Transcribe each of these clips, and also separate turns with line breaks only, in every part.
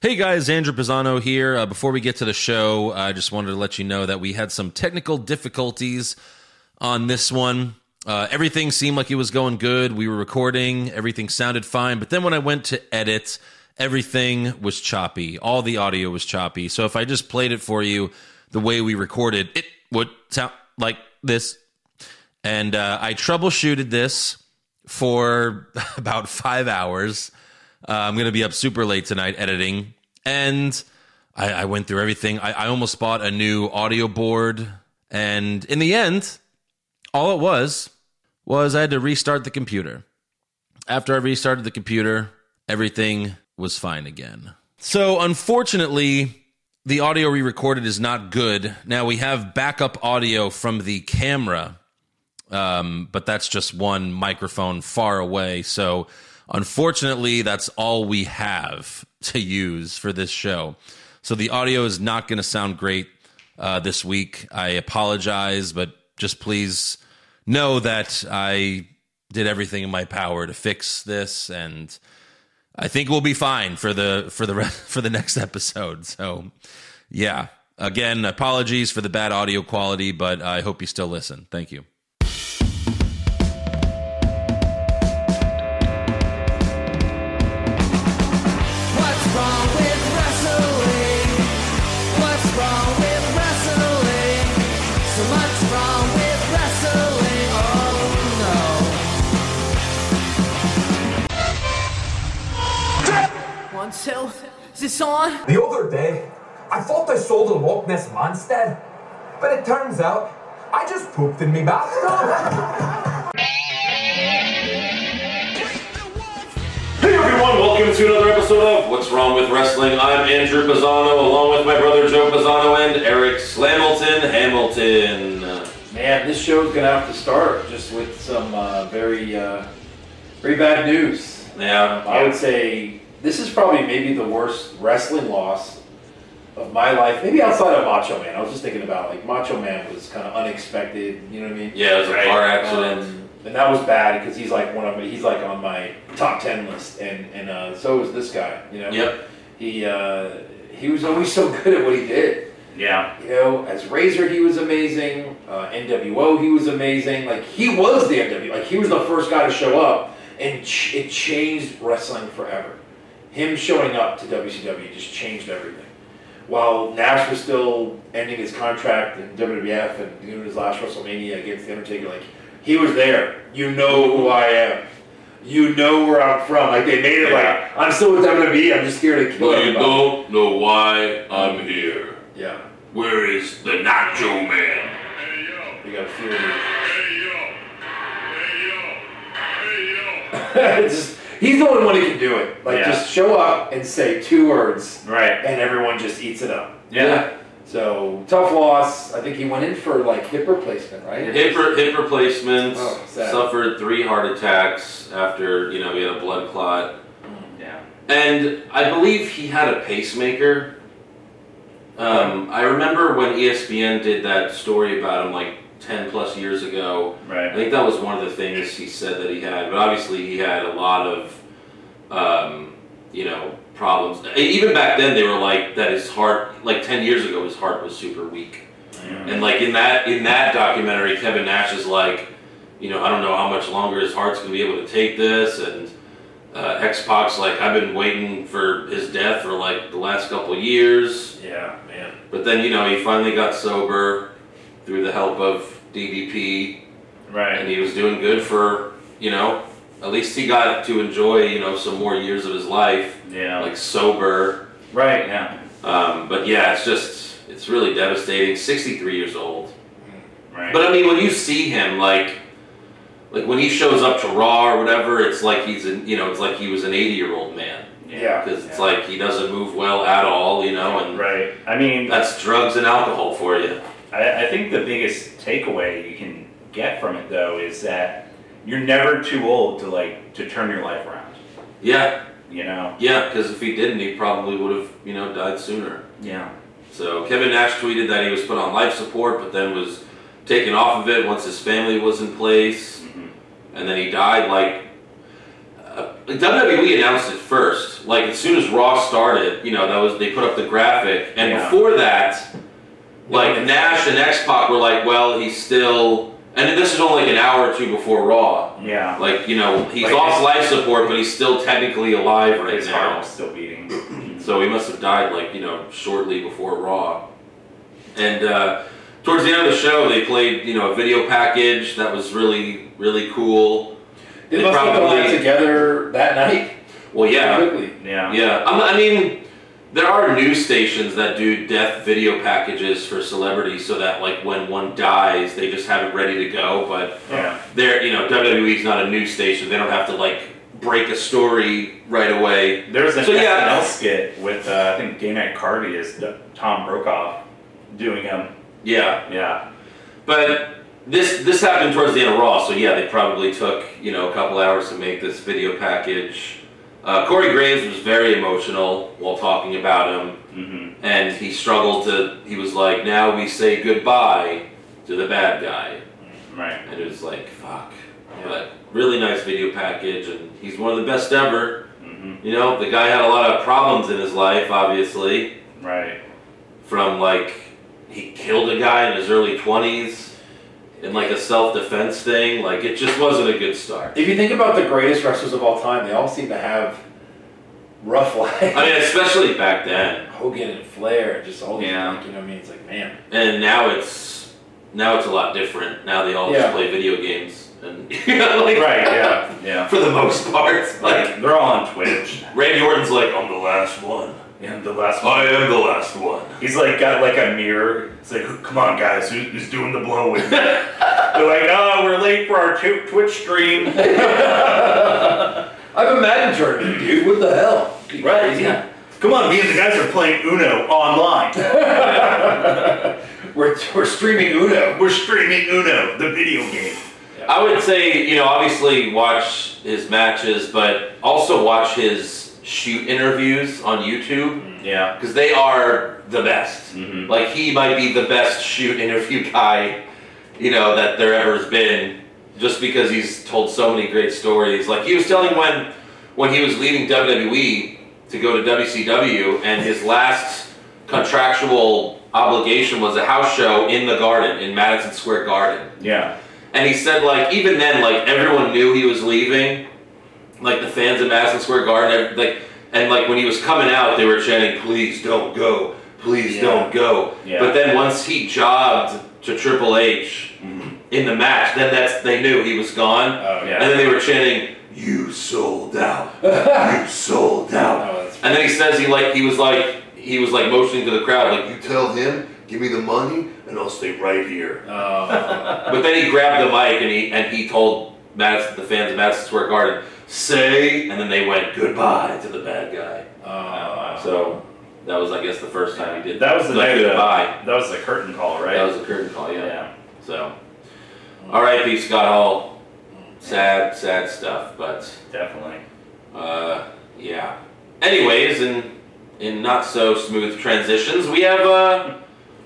Hey guys, Andrew Pisano here. Uh, before we get to the show, I just wanted to let you know that we had some technical difficulties on this one. Uh, everything seemed like it was going good. We were recording, everything sounded fine. But then when I went to edit, everything was choppy. All the audio was choppy. So if I just played it for you the way we recorded, it would sound like this. And uh, I troubleshooted this for about five hours. Uh, I'm going to be up super late tonight editing. And I, I went through everything. I, I almost bought a new audio board. And in the end, all it was was I had to restart the computer. After I restarted the computer, everything was fine again. So, unfortunately, the audio we recorded is not good. Now, we have backup audio from the camera, um, but that's just one microphone far away. So, unfortunately, that's all we have to use for this show. So, the audio is not going to sound great uh, this week. I apologize, but just please know that I did everything in my power to fix this and. I think we'll be fine for the for the re- for the next episode. So, yeah. Again, apologies for the bad audio quality, but I hope you still listen. Thank you.
What's wrong with wrestling? What's wrong with wrestling? So much wrong with wrestling. Oh no. One, two, is this on?
The other day, I thought I saw the Loch Ness Monster, but it turns out I just pooped in me bathtub.
Hey everyone, welcome to another episode of What's Wrong with Wrestling. I'm Andrew Pisano, along with my brother Joe Pisano and Eric Slamilton Hamilton.
Man, this show's gonna have to start just with some uh, very, uh, very bad news.
Yeah,
I would say this is probably maybe the worst wrestling loss of my life, maybe outside of Macho Man. I was just thinking about like Macho Man was kind of unexpected. You know what I mean?
Yeah, it was a car accident.
Um, and that was bad because he's like one of my, he's like on my top ten list, and and uh, so was this guy. You know?
Yep.
He uh, he was always so good at what he did.
Yeah.
You know, as Razor, he was amazing. Uh, NWO, he was amazing. Like he was the NWO. Like he was the first guy to show up, and ch- it changed wrestling forever. Him showing up to WCW just changed everything. While Nash was still ending his contract in WWF and doing his last WrestleMania against The Undertaker, like he was there. You know who I am. You know where I'm from. Like they made it
Yeah.
like I'm still with WWE. I'm just here to kill
you
everybody.
don't know why I'm here.
Yeah,
Where is the Nacho Man?
you got a few.
Hey
just, he's the only one who can do it. Like,
Yeah.
just show up and say two words,
Right.
and everyone just eats it up.
Yeah.
So tough loss. I think he went in for like hip replacement, right?
Hip, re- hip replacements.
Oh, sad.
suffered three heart attacks after you know he had a blood clot.
Yeah.
And I believe he had a pacemaker. Um, I remember when ESPN did that story about him like 10 plus years ago. I
Right.
think that was one of the things he said that he had. But obviously, he had a lot of, um, you know, problems. And even back then, they were like that. His heart, like 10 years ago, his heart was super weak. And like in that in that documentary, Kevin Nash is like, you know, I don't know how much longer his heart's gonna be able to take this, and uh, X Pac's like, I've been waiting for his death for like the last couple years,
Yeah, man.
but then you know he finally got sober through the help of DDP, and
Right.
he was doing good for you know at least he got to enjoy you know some more years of his life
Yeah.
like sober.
right. Yeah.
Um, but yeah, it's just it's really devastating. Sixty three years old.
Right.
But I mean, when you see him, like, like when he shows up to Raw or whatever, it's like he's an, you know, it's like he was an eighty-year-old man.
Yeah.
Because it's like he doesn't move well at all, you know, and
Right. I mean,
that's drugs and alcohol for you.
I, I think the biggest takeaway you can get from it though is that you're never too old to like to turn your life around.
Yeah,
You know.
yeah. Because if he didn't, he probably would have, you know, died sooner.
Yeah.
So Kevin Nash tweeted that he was put on life support, but then was taken
Mm-hmm.
off of it once his family was in place, and then he died like. uh, WWE announced it first. Like as soon as Raw started, you know that was they put up the graphic, and
Yeah.
before that, like
Yeah.
Nash and X Pac were like, well, he's still, and this is only like an hour or two before Raw.
Yeah.
Like you know he's
Mm-hmm. Like,
off
his-
life support, but he's still technically alive right
his heart
now.
was still beating.
So he must have died like you know shortly before Raw. And uh, towards the end of the show, they played you know a video package that was really really cool.
They,
They
must have
probably-
gone together that night.
Well, yeah.
Quickly.
Yeah.
Yeah, I'm, I mean, there are news stations that do death video packages for celebrities, so that like when one dies, they just have it ready to go. But
Yeah.
they're you know WWE's not a news station; they don't have to like break a story right away.
There was an
So, yeah.
SNL skit with uh, I think Day Night Carvey is D- Tom Brokaw doing him.
Yeah,
Yeah.
but this this happened towards the end of Raw, so yeah, they probably took you know a couple hours to make this video package. Uh, Corey Graves was very emotional while talking about him.
Mm-hmm.
and he struggled to he was like now we say goodbye to the bad guy
Right.
and it was like fuck
Yeah.
but really nice video package and he's one of the best ever
Mm-hmm.
you know the guy had a lot of problems in his life obviously
Right.
from like he killed a guy in his early 20s in like a self-defense thing like it just wasn't a good start
If you think about the greatest wrestlers of all time, they all seem to have rough lives.
i mean especially back then
Hogan and Flair, just all these,
Yeah.
like, you know what I mean? It's like, man.
and now it's now it's a lot different now they all
Yeah.
just play video games and you know, like,
Right. Yeah. Yeah.
for the most part. Like
Like they're all on Twitch.
Randy Orton's like, I'm the last one.
And the last one,
I am the last one.
he's like got like a mirror. It's like, come on, guys, who, who's doing the blow with me? they're like, oh, we're late for our tw- Twitch stream.
I'm a Madden tournament, dude. What the hell? Right, yeah.
Come on, me and the guys are playing Uno online.
We're, we're streaming Uno.
We're streaming Uno, the video game.
I would say, you know, obviously watch his matches, but also watch his shoot interviews on YouTube
Yeah.
because they are the best.
Mhm.
Like he might be the best shoot interview guy, you know, that there ever has been. Just because he's told so many great stories. Like he was telling when when he was leaving WWE to go to WCW, and his last contractual obligation was a house show in the Garden in Madison Square Garden.
Yeah.
And he said, like, even then, like, everyone knew he was leaving. Like, the fans of Madison Square Garden, ev- like, and, like, when he was coming out, they were chanting, please don't go, please
Yeah.
don't go.
Yeah.
But then once he jobbed to Triple H in the match, then that's, they knew he was gone.
Oh,
Mm-hmm. yeah.
And then they were chanting, you sold out, you sold out.
No, that's-
And then he says he like he was like he was like motioning to the crowd like you tell him give me the money and I'll stay right here.
Oh.
But then he grabbed the mic and he and he told Madison, the fans of Madison Square Garden, "Say," and then they went goodbye to the bad guy.
oh.
So that was, I guess, the first time he did
That was the
like,
night of the-
goodbye.
That was the curtain call, right?
That was a curtain call, yeah.
yeah.
So, R.I.P. Scott Hall.
Mm.
Sad, sad stuff, but
Definitely.
uh, yeah. Anyways, in in not so smooth transitions, we have uh,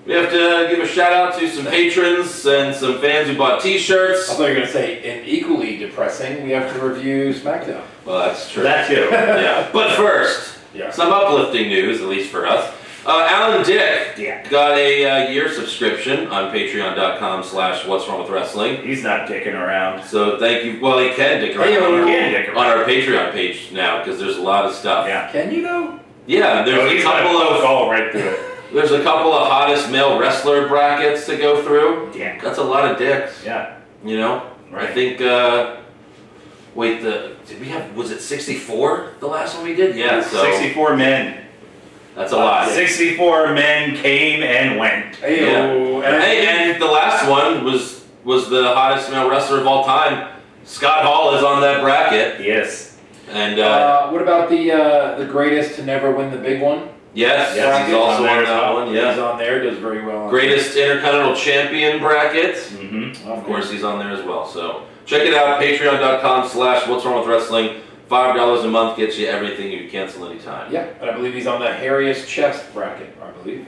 we have to give a shout out to some patrons and some fans who bought
I
T-shirts.
thought you were going to say, and equally depressing, we have to review SmackDown.
Well, that's true.
That too.
yeah. But first,
Yeah.
some uplifting news, at least for us. Uh, Alan Dick
Yeah.
got a uh, year subscription on patreon.com slash what's wrong with wrestling.
He's not dicking around.
So thank you. Well, he can dick around
Hey,
on, our,
yeah.
Again, dick
on
around.
our Patreon page now because there's a lot of stuff.
Yeah.
Can you, though?
Yeah, there's
Oh,
a
he's gonna
couple
fuck
of
all right through it.
there's a couple of hottest male wrestler brackets to go through.
Yeah.
That's a lot of dicks.
Yeah.
You know,
Right.
I think. Uh, wait, the did we have? Was it 64? The last one we did? Yeah. So
64 men.
that's a lot.
64 men came and went.
Hey,
Yeah.
oh, and I
Hey,
think-
and the last one was was the hottest male wrestler of all time. Scott Hall is on that bracket,
Yes.
and uh,
Uh, what about the uh, the greatest to never win the big one?
yes,
yeah,
he's also on
he's on there as
that
well.
one.
He's
Yeah,
on there, does very well. on
greatest intercontinental champion bracket.
Mm-hmm.
there.
Of course, he's on there as well. So check it out, Patreon.com/slash What's Wrong with Wrestling. Five dollars a month gets you everything. You can cancel anytime.
Yeah, but I believe he's on the hairiest chest bracket, I believe.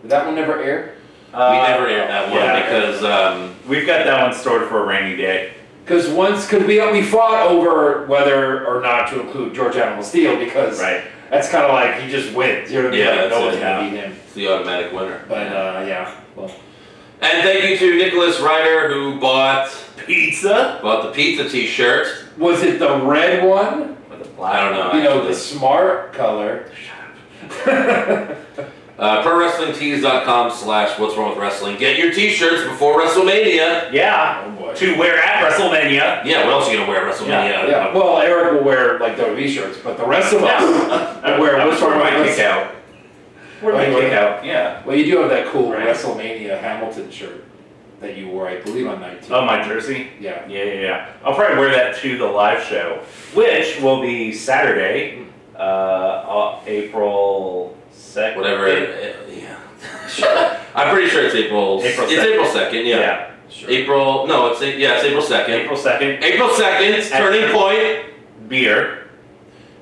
Did that one never air?
Uh,
We never aired that one
yeah.
because um,
We've got that one stored for a rainy day.
Because once, because we we fought over whether or not to include George Animal Steel because
Right.
that's kind of like he just wins. You know what I mean?
Yeah,
Like, no
that's
one's
it,
gonna
yeah.
beat him.
It's the automatic winner.
But uh, yeah, well,
And thank you to Nicholas Ryder who bought
Pizza?
bought the pizza T-shirt.
was it the red one?
I don't know.
you know,
actually.
the smart color.
Uh, ProWrestlingTees.com slash What's Wrong With Wrestling. Get your t-shirts before WrestleMania.
Oh,
Yeah.
boy.
To wear at WrestleMania.
Yeah, what else are you going to wear at
Yeah,
WrestleMania?
Yeah, well, Eric will wear like WWE shirts, but the rest of us will wear
I
what's
uh, was wearing my kick
wrestling.
out. Where my
Right,
kick
right.
out, yeah.
Well, you do have that cool
Right.
WrestleMania Hamilton shirt that you wore, I believe, on 19.
Oh, my jersey?
yeah.
Yeah, yeah, yeah. I'll probably wear that to the live show, which will be Saturday, uh, uh, April 2nd.
Whatever. it- yeah. Sure. I'm pretty sure it's April.
April
it's
2nd.
April 2nd, yeah.
Yeah.
April. No, it's yeah, it's April 2nd.
April 2nd.
April 2nd, Turning Point.
Beer.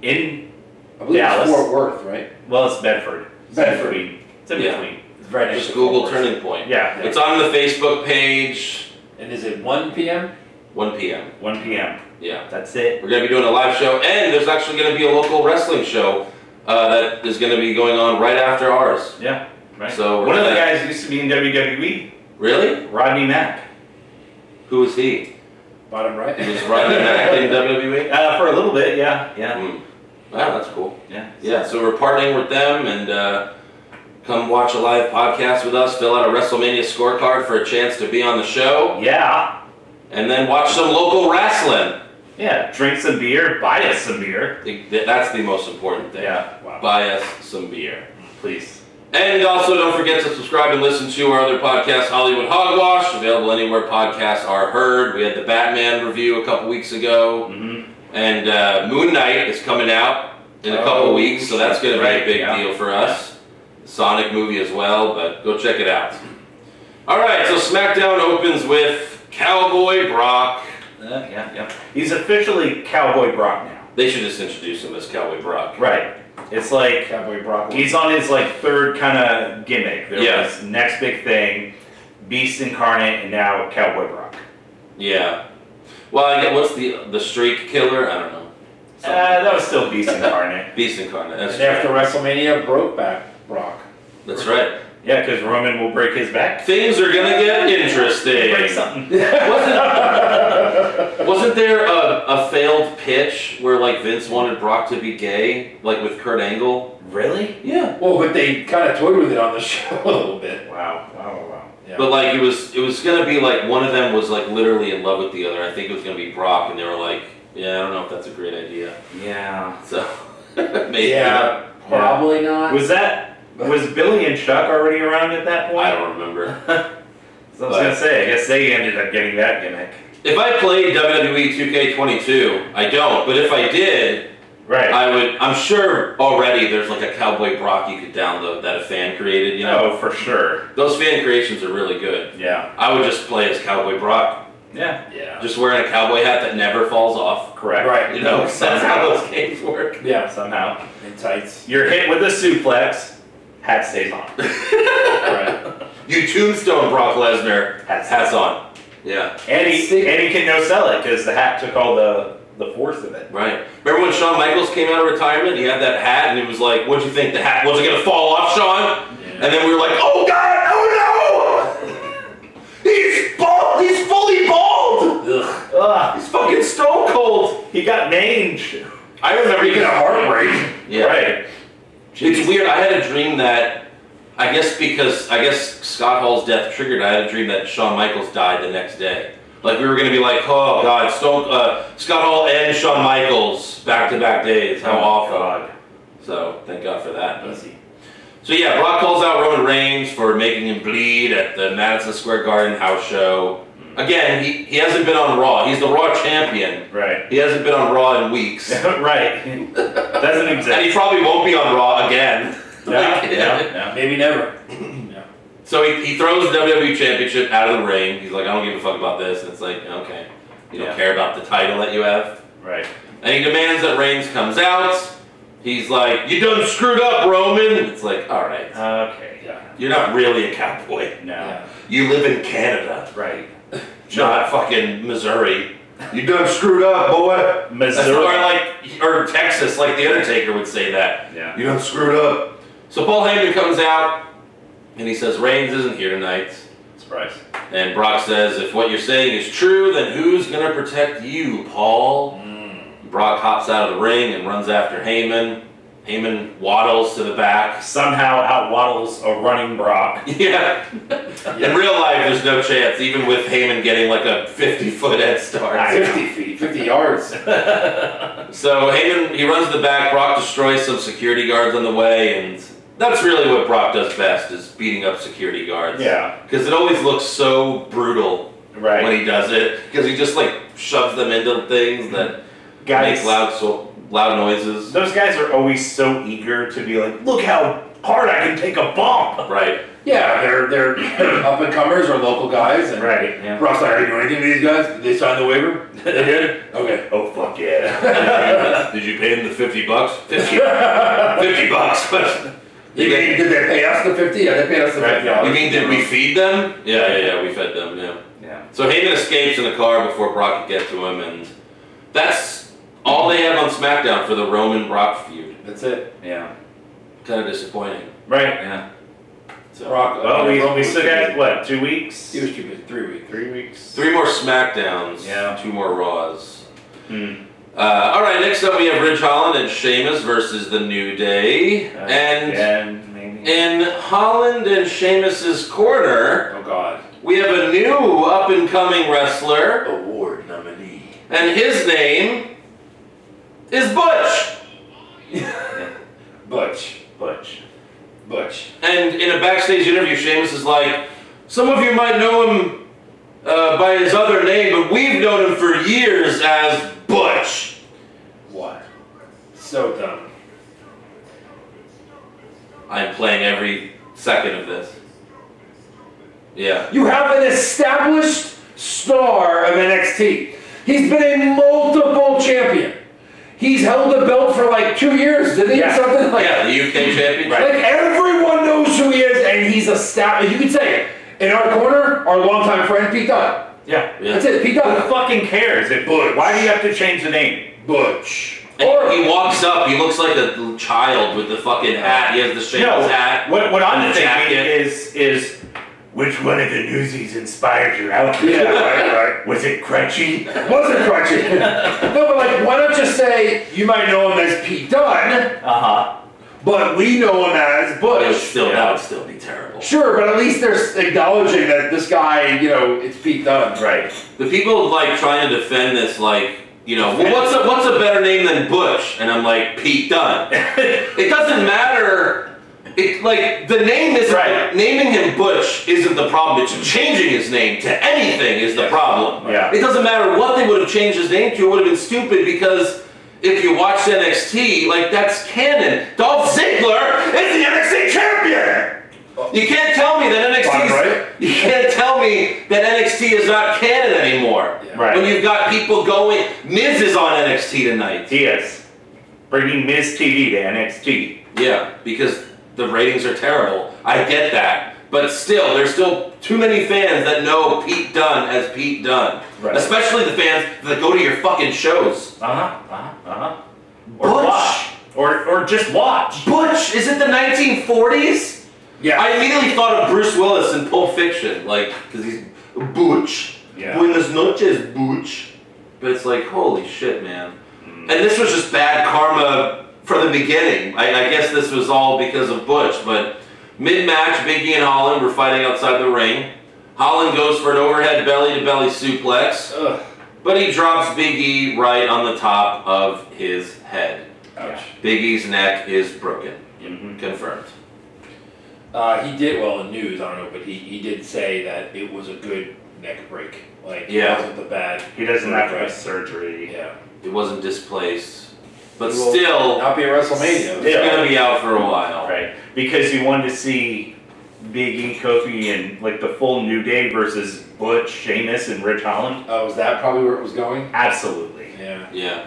In,
I believe
Dallas.
it's Fort Worth, right?
well, it's Bedford. It's in
Bedford.
between. It's in
Yeah.
between.
It's right next
Just
to
Google
Fort Worth.
Turning Point.
Yeah.
It's on the Facebook page,
And is it 1 p.m.?
1 p.m.
1 p.m.
Yeah.
That's it.
We're going to be doing a live show, and there's actually going to be a local wrestling show uh, that is going to be going on right after ours.
Yeah. Right.
So we're
one of the
gonna-
guys used to be in WWE,
Really?
Rodney Mack.
Who is he?
Bottom right?
He was running back in WWE?
Uh, for a little bit, yeah, yeah,
Hmm. Wow, that's cool.
yeah.
Yeah, so we're partnering with them and uh, come watch a live podcast with us, fill out a WrestleMania scorecard for a chance to be on the show,
Yeah,
and then watch some local wrestling.
yeah. Drink some beer, buy us some beer.
Th- th- That's the most important thing.
Yeah,
Wow.
Buy us some beer.
please.
And also, don't forget to subscribe and listen to our other podcast, Hollywood Hogwash, available anywhere podcasts are heard. We had the Batman review a couple weeks ago.
Mm-hmm.
And uh, Moon Knight is coming out in a couple
Oh,
weeks, so that's going to be a
right,
big
yeah.
deal for us. Sonic movie as well, but go check it out. All right, so SmackDown opens with Cowboy Brock.
Uh, yeah, yeah. He's officially Cowboy Brock now.
They should just introduce him as Cowboy Brock.
Right. It's like
Cowboy Brock.
he's on his like third kind of gimmick. There
Yeah.
was next big thing, Beast Incarnate, and now Cowboy Brock.
Yeah. Well, I get what's the the streak killer? I don't know.
Uh, that was still Beast Incarnate.
Beast incarnate. That's
And
right.
after WrestleMania, broke back Brock.
That's right.
Yeah, because Roman will break his back.
Things are gonna get interesting.
Break something.
Wasn't, wasn't there a, a failed pitch where like Vince wanted Brock to be gay, like with Kurt Angle?
Really?
Yeah.
Well, but they kind of toyed with it on the show a little bit.
Wow. Wow. Wow. wow.
Yeah.
But like it was, it was gonna be like one of them was like literally in love with the other. I think it was gonna be Brock, and they were like, "Yeah, I don't know if that's a great idea."
Yeah.
So maybe.
yeah, probably not.
Was that was Billy and Chuck already around at that point?
I don't remember.
So I was gonna say, I guess they ended up getting that gimmick.
If I played E WWE 2K22, I don't. But if I did,
Right. Oh,
I would. I'm sure already there's like a Cowboy Brock you could download that a fan created. You know,
oh, for sure.
Those fan creations are really good.
Yeah.
I would just play as Cowboy Brock,
Yeah.
yeah.
just wearing a cowboy hat that never falls off.
Correct.
Right.
You know, 'cause that's how those games work.
Yeah,
Somehow.
in tights.
You're hit with a suplex, hat stays on.
Right.
You tombstone Brock Lesnar,
Hats.
hats on. Yeah,
And he, and he can no sell it because the hat took all the the force of it.
right. Remember when Shawn Michaels came out of retirement? He had that hat, and it was like, "What'd you think the hat wasn't gonna fall off, Shawn?" And then we were like, "Oh God, oh no! He's bald. He's fully bald.
Ugh.
Ugh.
He's fucking stone cold."
He got mange.
I remember
He got a heartbreak.
Yeah.
Right.
It's weird. I had a dream that, I guess because I guess Scott Hall's death triggered. I had a dream that Shawn Michaels died the next day. Like we were gonna be like, oh god, Stone, uh, Scott Hall and Shawn Michaels back to back days. How
Oh,
awful.
God.
So thank God for that. But-
Easy.
So yeah, Brock calls out Roman Reigns for making him bleed at the Madison Square Garden house show. Again, he, he hasn't been on Raw. He's the Raw champion.
Right.
He hasn't been on Raw in weeks.
right.
And
Doesn't
he
exist.
probably won't be on Raw again.
Yeah.
Like,
Yeah. yeah.
Maybe never.
So he, he throws the WWE Championship out of the ring. He's like, I don't give a fuck about this. And it's like, okay. You don't
Yeah.
care about the title that you have.
Right.
And he demands that Reigns comes out. He's like, You done screwed up, Roman. It's like, all right.
Okay.
Yeah.
You're not really a cowboy.
No.
Yeah.
You live in Canada,
Right.
not fucking Missouri.
You done screwed up, boy.
That's
Missouri.
or like or Texas, like the Undertaker would say that.
You done screwed up.
So Paul Heyman comes out and he says Reigns isn't here tonight.
Surprise.
And Brock says, if what you're saying is true, then who's gonna protect you, Paul? Brock hops out of the ring and runs after Heyman. Heyman waddles to the back.
Somehow outwaddles a running Brock.
Yeah. In real life, there's no chance, even with Heyman getting like a 50 foot head start.
I know.
50 feet, 50 yards.
So Heyman, he runs the back. Brock destroys some security guards on the way, and that's really what Brock does best is beating up security guards.
Yeah.
Because it always looks so brutal
Right.
when he does it, because he just like shoves them into things that
Guys,
make loud so loud noises.
those guys are always so eager to be like, look how hard I can take a bump.
Right.
Yeah, they're they're up and comers or local guys. And
Right. Yeah.
Brock's like, are you doing anything to these guys? Did they sign the waiver? they did? Okay.
Oh fuck yeah.
Did you pay him the fifty bucks? Fifty. Fifty bucks.
You mean, did they pay us the 50? Yeah, they paid us the
Right,
50
yeah.
Oh, you mean did we feed them? Yeah, yeah, yeah. We fed them. Yeah.
yeah.
So Heyman escapes in the car before Brock can get to him, and that's all they have on SmackDown for the Roman Brock feud.
That's it.
Yeah.
Kind of disappointing.
Right. Yeah.
So
Brock.
Well,
uh,
we,
Roman
we
was
still
too
got
big.
what two weeks?
He was too big. Three weeks.
Three weeks.
three more SmackDowns.
Yeah.
Two more Raws.
Hmm.
Uh, all right, next up we have Ridge Holland and Sheamus versus the New Day,
Uh,
and.
and maybe.
In Holland and Sheamus's corner,
Oh, God.
we have a new up and coming wrestler,
Award nominee.
and his name is Butch.
Butch.
Butch.
Butch.
And in a backstage interview, Sheamus is like, some of you might know him uh, by his other name, but we've known him for years as Butch.
What? So dumb.
I'm playing every second of this. Yeah.
You have an established star of NXT. He's been a multiple champion. He's held the belt for like two years, didn't he? Or
Yeah.
Something like
Oh, Yeah, the UK champion.
Like everyone knows who he is, and he's established. You can say it. In our corner, our longtime friend Pete Dunne.
Yeah.
Yeah.
That's it, Pete
Who
Dunne.
fucking cares? If
Butch.
Why do you have to change the name?
Butch.
And he walks up, he looks like a child with the fucking hat. He has the
No.
Sheamus hat.
What, what
and
I'm
the
thinking
jacket.
is is which one of the newsies inspired your outfit?
Yeah, right,
Was it crunchy?
right. Wasn't crunchy. no, but like, why don't you say you might know him as Pete Dunne,
Uh
Uh-huh.
huh.
but we know him as
It
Butch.
would still,
Yeah.
That would still be terrible.
Sure, but at least they're acknowledging that this guy, you know, it's Pete Dunne.
Right.
The people like trying to defend this, like you know, well, what's a what's a better name than Bush? And I'm like Pete Dunn. it doesn't matter. It like the name isn't
Right.
naming him Bush isn't the problem. It's changing his name to anything is the problem.
Yeah.
It doesn't matter what they would have changed his name to. It would have been stupid because if you watch NXT, like that's canon. Dolph Ziggler is the NXT champion. You can't tell me that NXT. 's-
Fine, right?
You can't tell me that NXT is not canon anymore.
Right.
When you've got people going, Miz is on NXT tonight.
Diaz. Bringing Miz TV to NXT.
Yeah, because the ratings are terrible. I get that. But still, there's still too many fans that know Pete Dunne as Pete Dunne.
Right.
Especially the fans that go to your fucking shows.
Uh huh. Uh huh. Uh huh. Or
Butch.
watch. Or or just watch.
Butch, is it the 1940s?
Yeah.
I immediately thought of Bruce Willis in Pulp Fiction, like, because he's Butch.
Yeah.
Buenas noches, Butch. But it's like, holy shit, man. And this was just bad karma from the beginning. I, I guess this was all because of Butch, but mid match, Biggie and Holland were fighting outside the ring. Holland goes for an overhead belly to belly suplex,
Ugh.
but he drops Biggie right on the top of his head.
Ouch.
Biggie's neck is broken. Mm-hmm. Confirmed.
Uh, he did well in news. I don't know, but he, he did say that it was a good neck break. Like
Yeah.
it wasn't the bad.
He doesn't have to have
Right.
surgery.
Yeah.
It wasn't displaced, but
He will
still,
not be at WrestleMania.
Still.
it's gonna be out for a while.
Right. Because you wanted to see Big E, Kofi, and like the full New Day versus Butch, Sheamus, and Rich Holland.
Uh, was that probably where it was going?
Absolutely.
Yeah.
Yeah.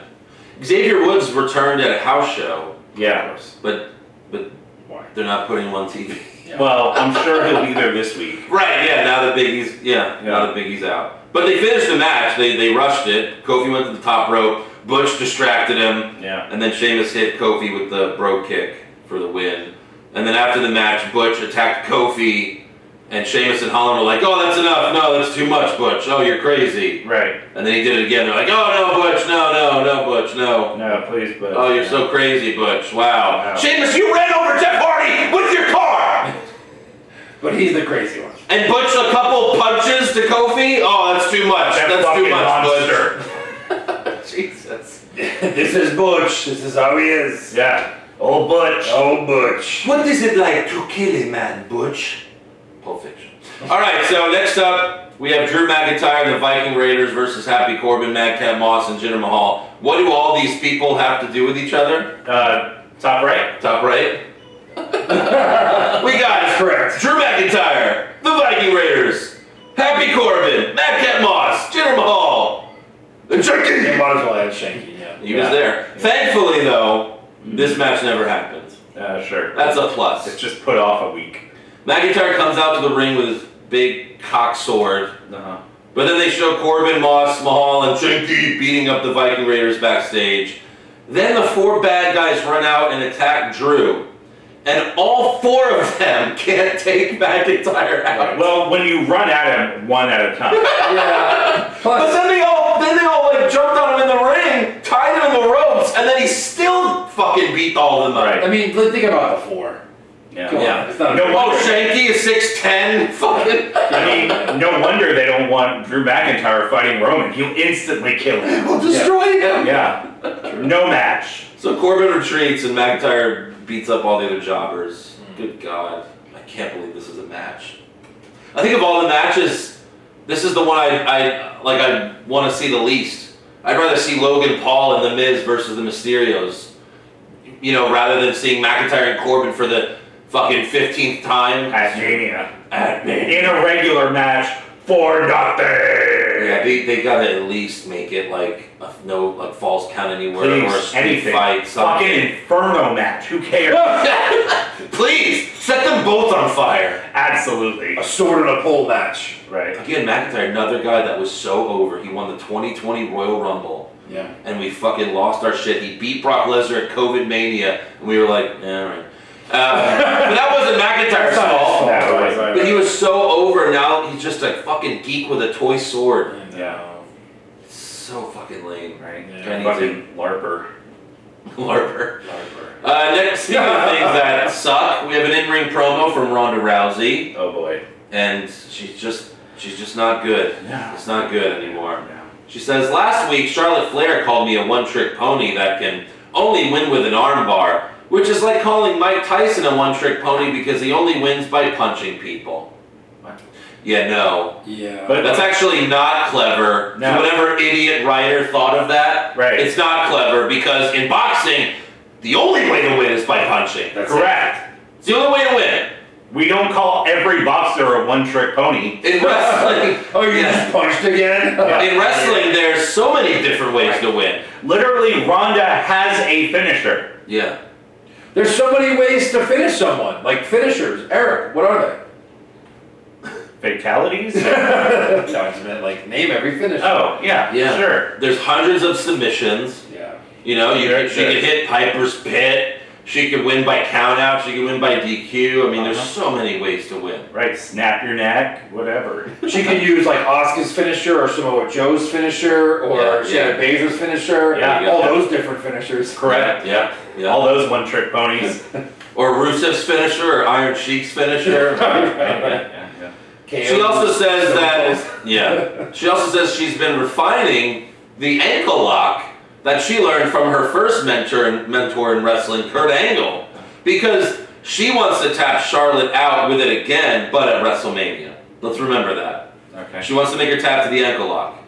Xavier Woods returned at a house show,
Yeah.
but but
Why?
they're not putting him on TV.
Well, I'm sure he'll be there this week.
Right. Yeah. Now that Biggie's yeah,
Yeah.
now that Biggie's out. But they finished the match. They, they rushed it. Kofi went to the top rope. Butch distracted him.
Yeah.
And then Sheamus hit Kofi with the bro kick for the win. And then after the match, Butch attacked Kofi, and Sheamus and Holland were like, "Oh, that's enough. No, that's too much, Butch. Oh, you're crazy."
Right.
And then he did it again. They're like, "Oh no, Butch. No, no, no, Butch. No."
No, please, but
Oh, you're so crazy, Butch. Wow.
Wow.
Sheamus, you ran over Jeff Hardy with your car!
But he's the crazy one.
And Butch a couple punches to Kofi? Oh, that's too much.
that
that's
fucking
too much,
monster.
Butch. Jesus.
this is Butch. This is how he is. Yeah. Old Butch.
Oh.
Old Butch.
What is it like to kill a man, Butch? Pulp Fiction. Alright, so next up, we have Drew McIntyre and the Viking Raiders versus Happy Corbin, Madcap Moss, and Jinder Mahal. What do all these people have to do with each other?
Uh, top right.
Top right? we got it.
Correct.
Drew McIntyre, the Viking Raiders, Happy Corbin, Madcap Moss, Jinder Mahal, and
They
Jerky.
might as well add Shanky, yeah.
He
Yeah.
was there. Thankfully, though, this match never happened.
Uh, sure.
That's a plus.
It's just put off a week.
McIntyre comes out to the ring with his big cock sword,
Uh-huh.
but then they show Corbin, Moss, Mahal, and Jerky beating up the Viking Raiders backstage. Then the four bad guys run out and attack Drew, and all four of them can't take McIntyre out.
Well, when you run at him one at a time.
yeah.
But
Plus,
then they all then they all like jumped on him in the ring, tied him in the ropes, and then he still fucking beat all of them up.
Right.
I mean, let's think about the four.
Yeah.
Come
Yeah.
on. It's not
No
a big
one-
Oh, Shanky is six ten. Fucking.
I mean, no wonder they don't want Drew McIntyre fighting Roman. He'll instantly kill him.
We'll destroy him.
Yeah. No match.
So Corbin retreats and McIntyre beats up all the other jobbers. Good God, I can't believe this is a match. I think of all the matches, this is the one I, I like. I want to see the least. I'd rather see Logan Paul and The Miz versus the Mysterios. You know, rather than seeing McIntyre and Corbin for the fucking fifteenth time
At Mania.
at me.
In a regular match for nothing.
Yeah, they, they gotta at least make it like a, no like false count anywhere or a
Please,
street
anything.
fight.
Fucking
Something.
inferno match. Who cares?
Please set them both on fire.
Absolutely.
A sword and a pole match.
Right.
Again, McIntyre, another guy that was so over. He won the 2020 Royal Rumble,
Yeah.
and we fucking lost our shit. He beat Brock Lesnar at COVID Mania, and we were like, eh, all right. Uh, but that wasn't McIntyre's fault.
That was-
But he was so over. Now he's just a fucking geek with a toy sword.
Yeah.
So fucking lame.
Right.
Yeah.
I need
Fucking LARPer.
to larper. Uh, next, speaking of things that suck, we have an in-ring promo from Ronda Rousey,
Oh boy.
and she's just she's just not good.
No.
It's not good anymore.
No.
She says, "Last week, Charlotte Flair called me a one-trick pony that can only win with an armbar, which is like calling Mike Tyson a one-trick pony because he only wins by punching people."
What?
Yeah, no.
Yeah.
But-
That's actually not clever.
No.
So whatever idiot writer thought of that,
Right.
it's not clever because in boxing, the only way to win is by punching.
That's
Correct.
It's the only way to win.
We don't call every boxer a one-trick pony.
In wrestling,
Oh, you
Yeah.
just punched again?
Yeah.
in wrestling, there's so many different ways to win.
Literally, Ronda has a finisher.
Yeah.
There's so many ways to finish someone. Like finishers. Eric, what are
Fatalities?
they? no, I just meant like name every finisher.
oh, yeah,
Yeah.
sure.
There's hundreds of submissions.
Yeah.
You know, you,
Sure,
she
sure.
could hit Piper's Pit. She could win by countout. She could win by DQ. I mean, there's
Uh-huh.
so many ways to win.
Right, snap your neck, whatever.
She could use like Oscar's finisher or Samoa Joe's finisher or
Yeah,
Shannon Baszler's finisher.
Yeah,
yeah.
all those different finishers.
Correct.
Yeah. Yeah.
All those one-trick ponies.
or Rusev's finisher or Iron Sheik's finisher.
yeah, yeah.
KOs,
She also says
so
that yeah. She also says she's been refining the ankle lock that she learned from her first mentor in, mentor in wrestling, Kurt Angle, because she wants to tap Charlotte out with it again, but at WrestleMania. Let's remember that
Okay.
she wants to make her tap to the ankle lock.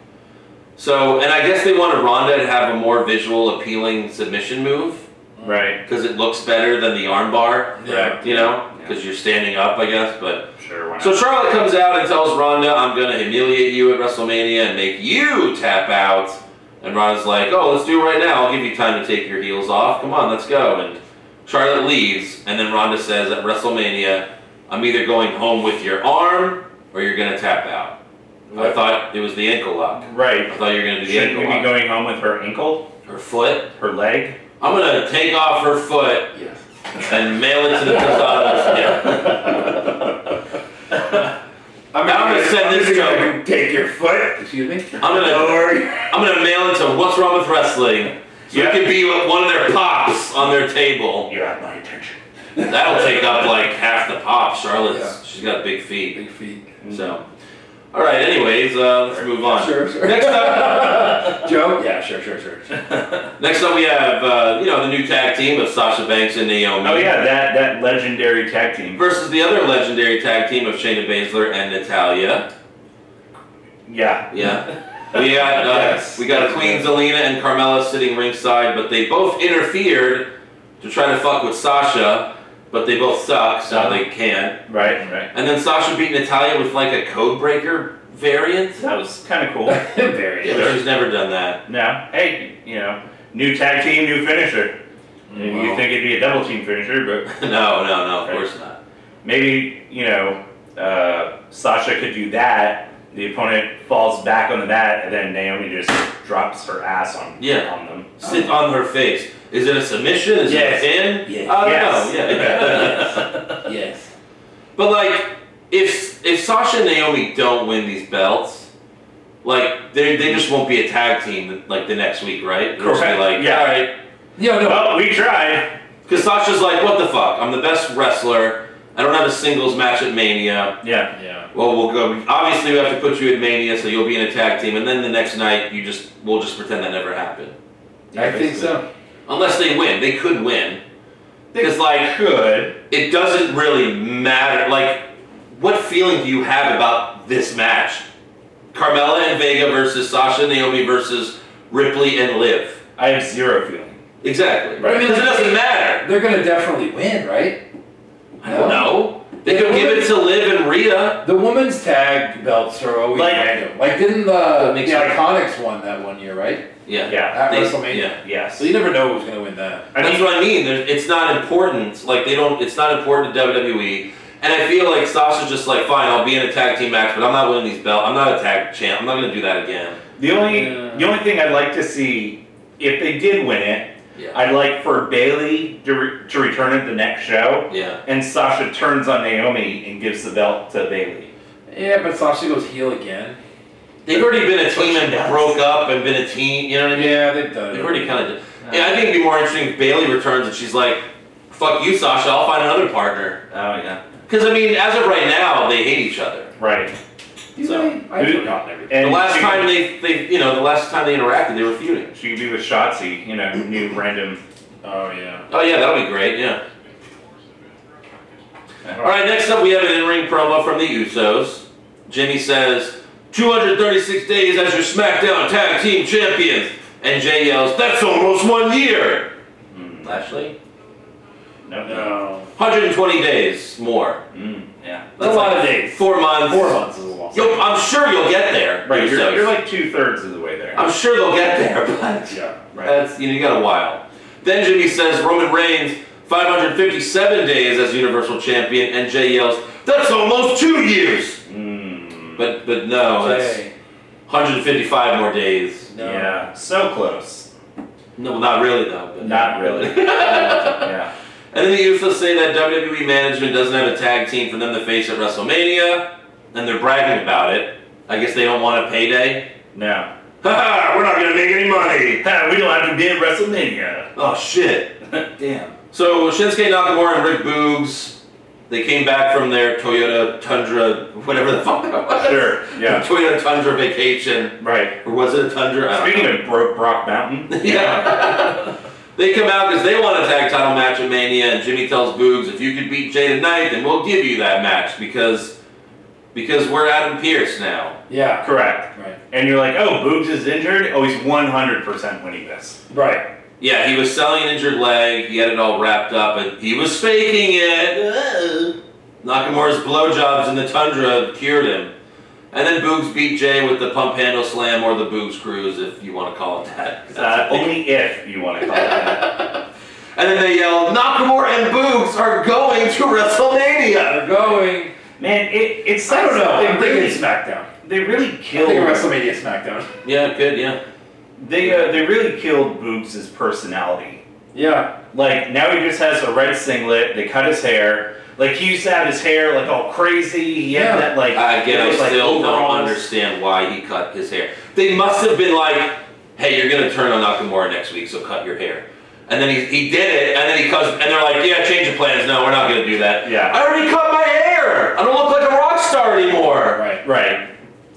So, and I guess they wanted Ronda to have a more visual, appealing submission move
Right,
because it looks better than the armbar.
Yeah.
You know,
Yeah.
because you're standing up, I guess, but.
sure, why not?
So Charlotte comes out and tells Ronda, I'm going to humiliate you at WrestleMania and make you tap out. And Ronda's like, oh, let's do it right now. I'll give you time to take your heels off. Come on, let's go. And Charlotte leaves. And then Ronda says at WrestleMania, I'm either going home with your arm or you're going to tap out. I thought it was the ankle lock. I
Right.
thought you were gonna do the
Shouldn't
ankle
we be
lock.
going home with her ankle,
Her foot.
her leg?
I'm gonna take off her foot
Yes.
and mail it to the pathologist. Yeah.
I'm
Now I'm gonna send this joke.
Take your foot.
Excuse me.
I'm gonna
Lower.
I'm gonna mail it to What's Wrong with Wrestling. So
Yeah.
it could be like one of their pops on their table.
You have my attention.
That'll take up like half the pop. Charlotte's
Yeah.
she's got big feet.
Big feet.
So, all right. Anyways, uh, let's move on.
Sure, sure.
Next up,
Joe? Yeah, sure, sure, sure. sure.
Oh,
next up we have uh, you know the new tag team of Sasha Banks and Naomi.
Oh yeah, that that legendary tag team.
Versus the other legendary tag team of Shayna Baszler and Natalia.
Yeah.
Yeah. We got uh,
Yes.
we got Queen Zelina and Carmella sitting ringside, but they both interfered to try to fuck with Sasha, but they both suck,
Uh-huh.
so they can't.
Right. Right.
And then Sasha beat Natalia with like a codebreaker variant.
That was kind of cool.
Very
Yeah, she's never done that.
No. Hey, you know, new tag team, new finisher. You
Wow.
think it'd be a double team finisher, but
No, no, no, of
Right.
course not.
maybe you know uh, Sasha could do that. The opponent falls back on the mat, and then Naomi just drops her ass on
Yeah.
on them.
Sit on her face. Is it a submission? Is
Uh-huh. Yes.
it a pin?
Yes.
I don't
Yes.
know. Yeah.
Yes.
but like, if if Sasha and Naomi don't win these belts, like they they just won't be a tag team like the next week, right? They'll just be
Correct.
like,
Yeah.
all right,
Yo, no.
Well, we tried.
because Sasha's like, what the fuck? I'm the best wrestler. I don't have a singles match at Mania.
Yeah.
yeah.
Well, we'll go. Obviously, we have to put you in Mania, so you'll be in a tag team, and then the next night, you just we'll just pretend that never happened.
I think so.
Unless they win, they could win.
They
Because like
could.
it doesn't really matter. Like, what feeling do you have about this match? Carmella and Vega versus Sasha, Naomi versus Ripley and Liv.
I have zero feeling.
Exactly.
Right.
I mean, it doesn't matter.
They're gonna definitely win, right?
I don't know. They could
Yeah.
give it to Liv and Rhea.
The women's tag belts are always
Like-
random. Like, didn't
That
the,
makes
the
sense.
Iconics won that one year, right?
Yeah.
Yeah.
At
They-
WrestleMania.
yeah.
Yes.
So you never know who's gonna win that.
I
That's
mean,
what I mean. There's, it's not important. Like they don't. It's not important to WWE. And I feel like Sasha's just like, fine, I'll be in a tag team match, but I'm not winning these belts. I'm not a tag champ. I'm not gonna do that again.
the only
Yeah.
the only thing I'd like to see if they did win it,
Yeah.
I'd like for Bailey to, re- to return at the next show,
yeah.
and Sasha turns on Naomi and gives the belt to Bailey.
Yeah, but Sasha goes heel again.
They've already been a team and
Yes.
broke up and been a team. You know what I mean?
Yeah, they've done
They've
it.
already kind of. Yeah, I think it'd be more interesting if Bailey returns and she's like, "Fuck you, Sasha. I'll find another partner."
Oh yeah.
Because I mean, as of right now, they hate each other.
Right.
Do
So-
they? I've
Who-
forgotten everything.
The
And
last
she-
time they, they, you know, the last time they interacted, they were feuding.
she could be with Shotzi, you know, new random.
Oh yeah.
Oh yeah, that'll be great. Yeah.
I
All right. Next up, we have an in-ring promo from the Usos. Jimmy says, "236 days as your SmackDown Tag Team Champions," and Jay yells, "That's almost one year." Hmm, Lashley.
No.
No.
120 days more.
Mm, yeah.
That's a lot of days.
Four months.
Four months is a long.
You'll, I'm sure you'll get there.
Right. You're,
Usos.
you're like two thirds of the way there.
I'm sure they'll get there, but
Yeah.
Right.
that's you know you got a while. Then Jimmy says Roman Reigns 557 days as Universal Champion, and Jay yells, "That's almost two years."
Mm,
But but no, that's
Jay.
155 more days.
No.
Yeah. So close.
No, not really though. But
Not really. yeah.
And then the Usos say that WWE management doesn't have a tag team for them to face at WrestleMania, and they're bragging about it. I guess they don't want a payday.
No.
Ha! Ah, We're not gonna make any money.
Ha, we don't have to be at WrestleMania.
Oh shit.
Damn.
So Shinsuke Nakamura and Rick Boogs, they came back from their Toyota Tundra, whatever the fuck that was.
Sure. Yeah.
Toyota Tundra vacation,
Right.
or was it a Tundra? I don't
Speaking
know.
of Broke Brock Mountain.
yeah. they come out because they want a tag title match at Mania, and Jimmy tells Boogs, if you could beat Jay tonight, then we'll give you that match because because we're Adam Pierce now.
Yeah.
Correct.
Right.
And you're like, oh, Boogs is injured. Oh, he's 100% winning this.
Right.
Yeah, he was selling an injured leg. He had it all wrapped up, and he was faking it. Nakamura's blowjobs in the tundra cured him. And then Boogs beat Jay with the pump handle slam or the Boogs cruise, if you want to call it that. 'cause
Uh,
that's a thing.
only if you want to call it that.
And then they yell, Nakamura and Boogs are going to WrestleMania.
They're going.
Man, it, it's
I don't know.
something
I'm thinking
really-
SmackDown.
they really
I
killed.
think of WrestleMania SmackDown.
Yeah, good. Yeah.
They uh, they really killed Boogs' personality.
Yeah.
Like now he just has a red singlet. They cut his hair. Like he used to have his hair like all crazy. He
Yeah.
had that like
I get. I
those, like,
still don't
overalls.
understand why he cut his hair. They must have been like, "Hey, you're gonna turn on Nakamura next week, so cut your hair." And then he, he did it, and then he cuts, and they're like, "Yeah, change of plans. No, we're not gonna do that."
Yeah.
I already cut my hair. I don't look like a rock star anymore.
Right.
Right.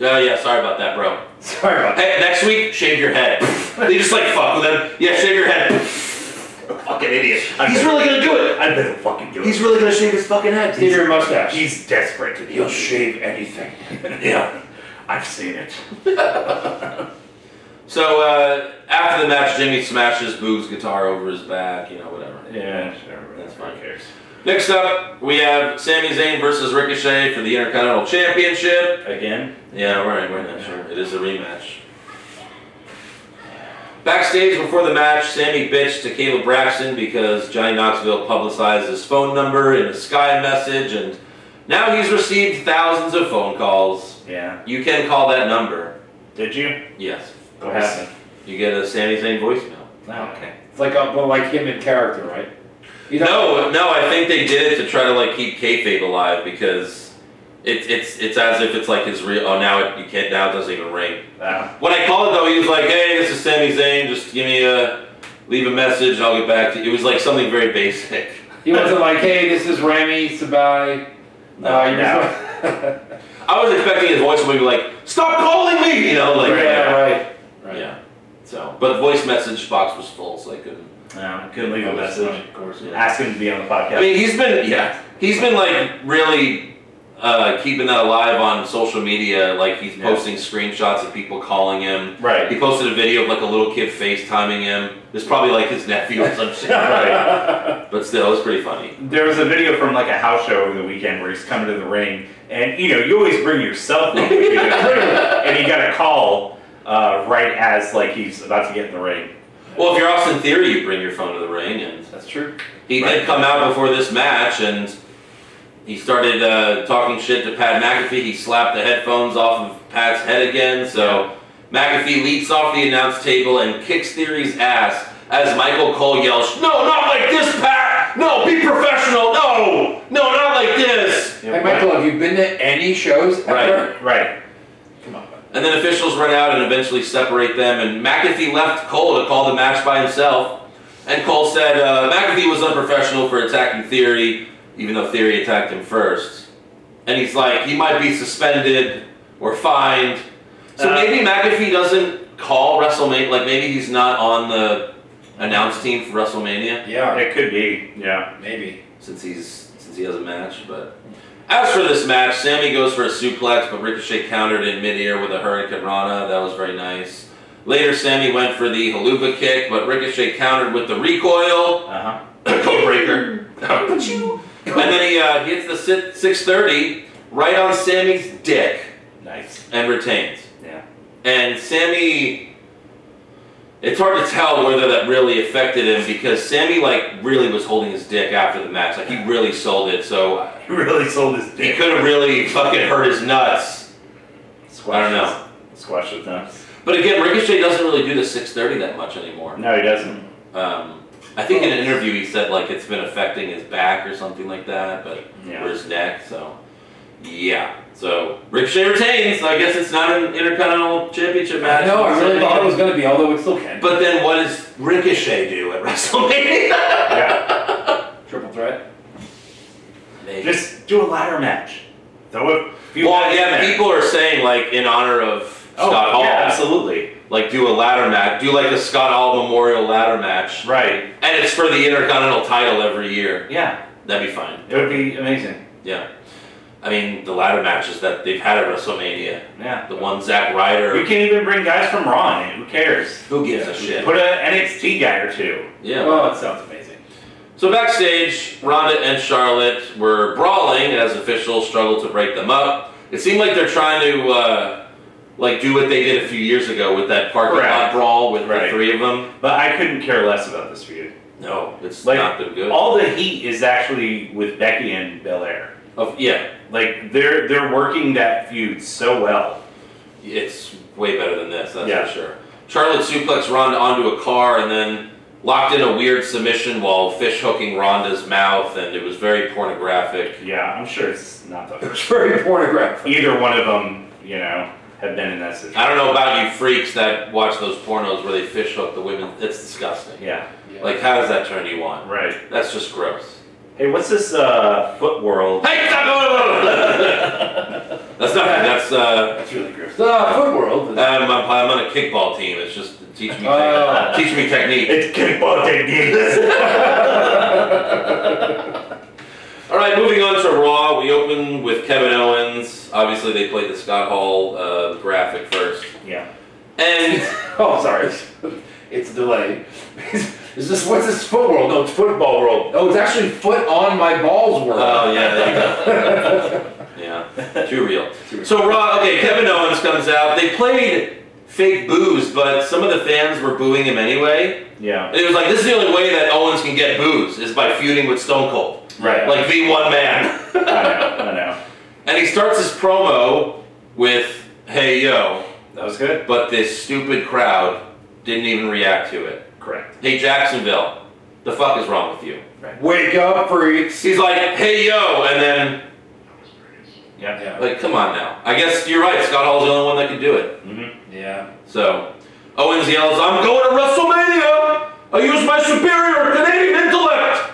Oh yeah, sorry about that, bro.
Sorry about that.
Hey, next week, shave your head. they just like fuck with him. Yeah, shave your head. fucking idiot.
I'm
He's
gonna-
really gonna do it.
I better fucking do
He's
it.
really gonna shave his fucking head.
Get your mustache.
He's desperate to do
He'll
it.
shave anything.
Yeah. I've seen it.
So uh, after the match, Jimmy smashes Boog's guitar over his back. You know, whatever.
Yeah, sure.
That's
Who
fine.
cares.
Next up, we have Sami Zayn versus Ricochet for the Intercontinental Championship.
Again?
Yeah, right, right, that's right. It is a rematch. Backstage before the match, Sammy bitched to Caleb Braxton because Johnny Knoxville publicized his phone number in a Sky message, and now he's received thousands of phone calls.
Yeah.
You can call that number.
Did you?
Yes.
What happened?
You get a Sami Zayn voicemail.
Oh, okay.
It's like uh, well, like him in character, right? You
No, no, I think they did it to try to like keep kayfabe alive because it's it's it's as if it's like his real. Oh, now it, you can't. Now it doesn't even ring.
Wow.
When I called it though, he was like, "Hey, this is Sami Zayn. Just give me a leave a message, and I'll get back to you." It was like something very basic.
He wasn't like, hey, this is Rami Sabai.
No,
uh, you're
no.
just-
I was expecting his voice would be like, "Stop calling me," you know, like
yeah, right. Right.
yeah. So, but the voice message box was full, so I couldn't.
No, couldn't leave a message.
Of course.
Ask him to be on the podcast.
I mean, he's been yeah, he's been like really uh, keeping that alive on social media. Like he's
Yeah.
posting screenshots of people calling him.
Right.
He posted a video of like a little kid FaceTiming him. It's probably like his nephew or some shit.
Right.
But still, it's pretty funny.
There was a video from like a house show over the weekend where he's coming to the ring, and you know you always bring yourself, when you do the ring, and he got a call uh, right as like he's about to get in the ring.
Well, if you're Austin Theory, you bring your phone to the ring, and
That's true.
he
Right.
did come out before this match, and he started uh, talking shit to Pat McAfee. He slapped the headphones off of Pat's head again, so McAfee leaps off the announce table and kicks Theory's ass as Michael Cole yells, "No, not like this, Pat! No, be professional! No, no, not like this!"
Hey, Michael, have you been to any shows ever?
Right.
Right.
Come on. bud.
And then officials run out and eventually separate them. And McAfee left Cole to call the match by himself. And Cole said uh, McAfee was unprofessional for attacking Theory, even though Theory attacked him first. And he's like, he might be suspended or fined. So
Uh,
maybe McAfee doesn't call WrestleMania. Like maybe he's not on the announce team for WrestleMania
Yeah,
It could be. Yeah.
maybe.
since he's since he has a match. But as for this match, Sammy goes for a suplex, but Ricochet countered in midair with a Hurricane Rana. That was very nice. Later, Sammy went for the haluva kick, but Ricochet countered with the recoil,
Uh huh.
code breaker. and then he uh, hits the si- 630 right on Sammy's dick
Nice.
and retains.
Yeah.
And Sammy, it's hard to tell whether that really affected him because Sammy like really was holding his dick after the match. Like he really sold it, so
He really sold his
he
dick.
could have really fucking hurt his nuts.
Squash
I don't know.
His, squash his nuts.
But again, Ricochet doesn't really do the 6:30 that much anymore.
No, he doesn't.
Um, I think in an interview he said like it's been affecting his back or something like that, but
Yeah.
or his neck. So yeah, so Ricochet retains. So I guess it's not an Intercontinental Championship match.
No, I really
Something
thought it
else.
was going to be, although it still can.
But then what does Ricochet do at WrestleMania?
Yeah.
Triple threat.
Just do a ladder match. So if you
well, yeah, people are saying like in honor of
Oh,
Scott Hall,
yeah, absolutely.
like do a ladder match, do like a Scott Hall Memorial ladder match,
Right.
and it's for the Intercontinental title every year.
Yeah.
That'd be fine.
It would be amazing.
Yeah, I mean the ladder matches that they've had at WrestleMania,
Yeah.
the one Zack Ryder,
We can even bring guys from Raw in. Who cares?
who gives a shit?
Put an NXT guy or two.
Yeah.
Oh, that sounds amazing.
So backstage, Ronda and Charlotte were brawling as officials struggled to break them up. It seemed like they're trying to uh, like do what they did a few years ago with that parking
Correct.
lot brawl with the
Right.
three of them.
But I couldn't care less about this feud.
No, it's
Like,
not been good.
All the heat is actually with Becky and Belair.
of, yeah,
Like they're they're working that feud so well.
it's way better than this. That's
Yeah.
for sure. Charlotte suplex Ronda onto a car and then locked in a weird submission while fish hooking Ronda's mouth, and it was very pornographic.
Yeah, I'm sure it's not the
It's very pornographic.
Either one of them, you know, have been in that situation.
I don't know about you freaks that watch those pornos where they fish hook the women. It's disgusting.
Yeah,
Like, how does that turn you on?
right.
That's just gross.
Hey, what's this uh, foot world?
Hey, stop! that's not. That's uh.
That's really gross. The foot world. is-
I'm, I'm, I'm on a kickball team. It's just teach me,
Oh.
teach me technique.
It's kickball techniques.
All right, moving on to Raw. We open with Kevin Owens. Obviously, they played the Scott Hall uh, graphic first,
yeah.
and
Oh, sorry. It's delayed. Is this what's this foot world? No, it's football world. Oh, it's actually foot on my balls world.
oh yeah, there you go. yeah, too real. So Raw. Okay, Kevin Owens comes out. They played fake boos, but some of the fans were booing him anyway.
Yeah.
It was like this is the only way that Owens can get boos is by feuding with Stone Cold,
Right.
like V1 man.
I know. I know.
And he starts his promo with "Hey yo,"
That was good.
but this stupid crowd didn't even react to it.
Correct.
Hey Jacksonville, the fuck is wrong with you?
Wake up, freaks.
He's like, "Hey yo," and then
Yeah.
like, "Come on now." I guess you're right. Scott Hall's the only one that could do it.
Yeah.
So Owens yells, "I'm going to WrestleMania. I use my superior Canadian intellect."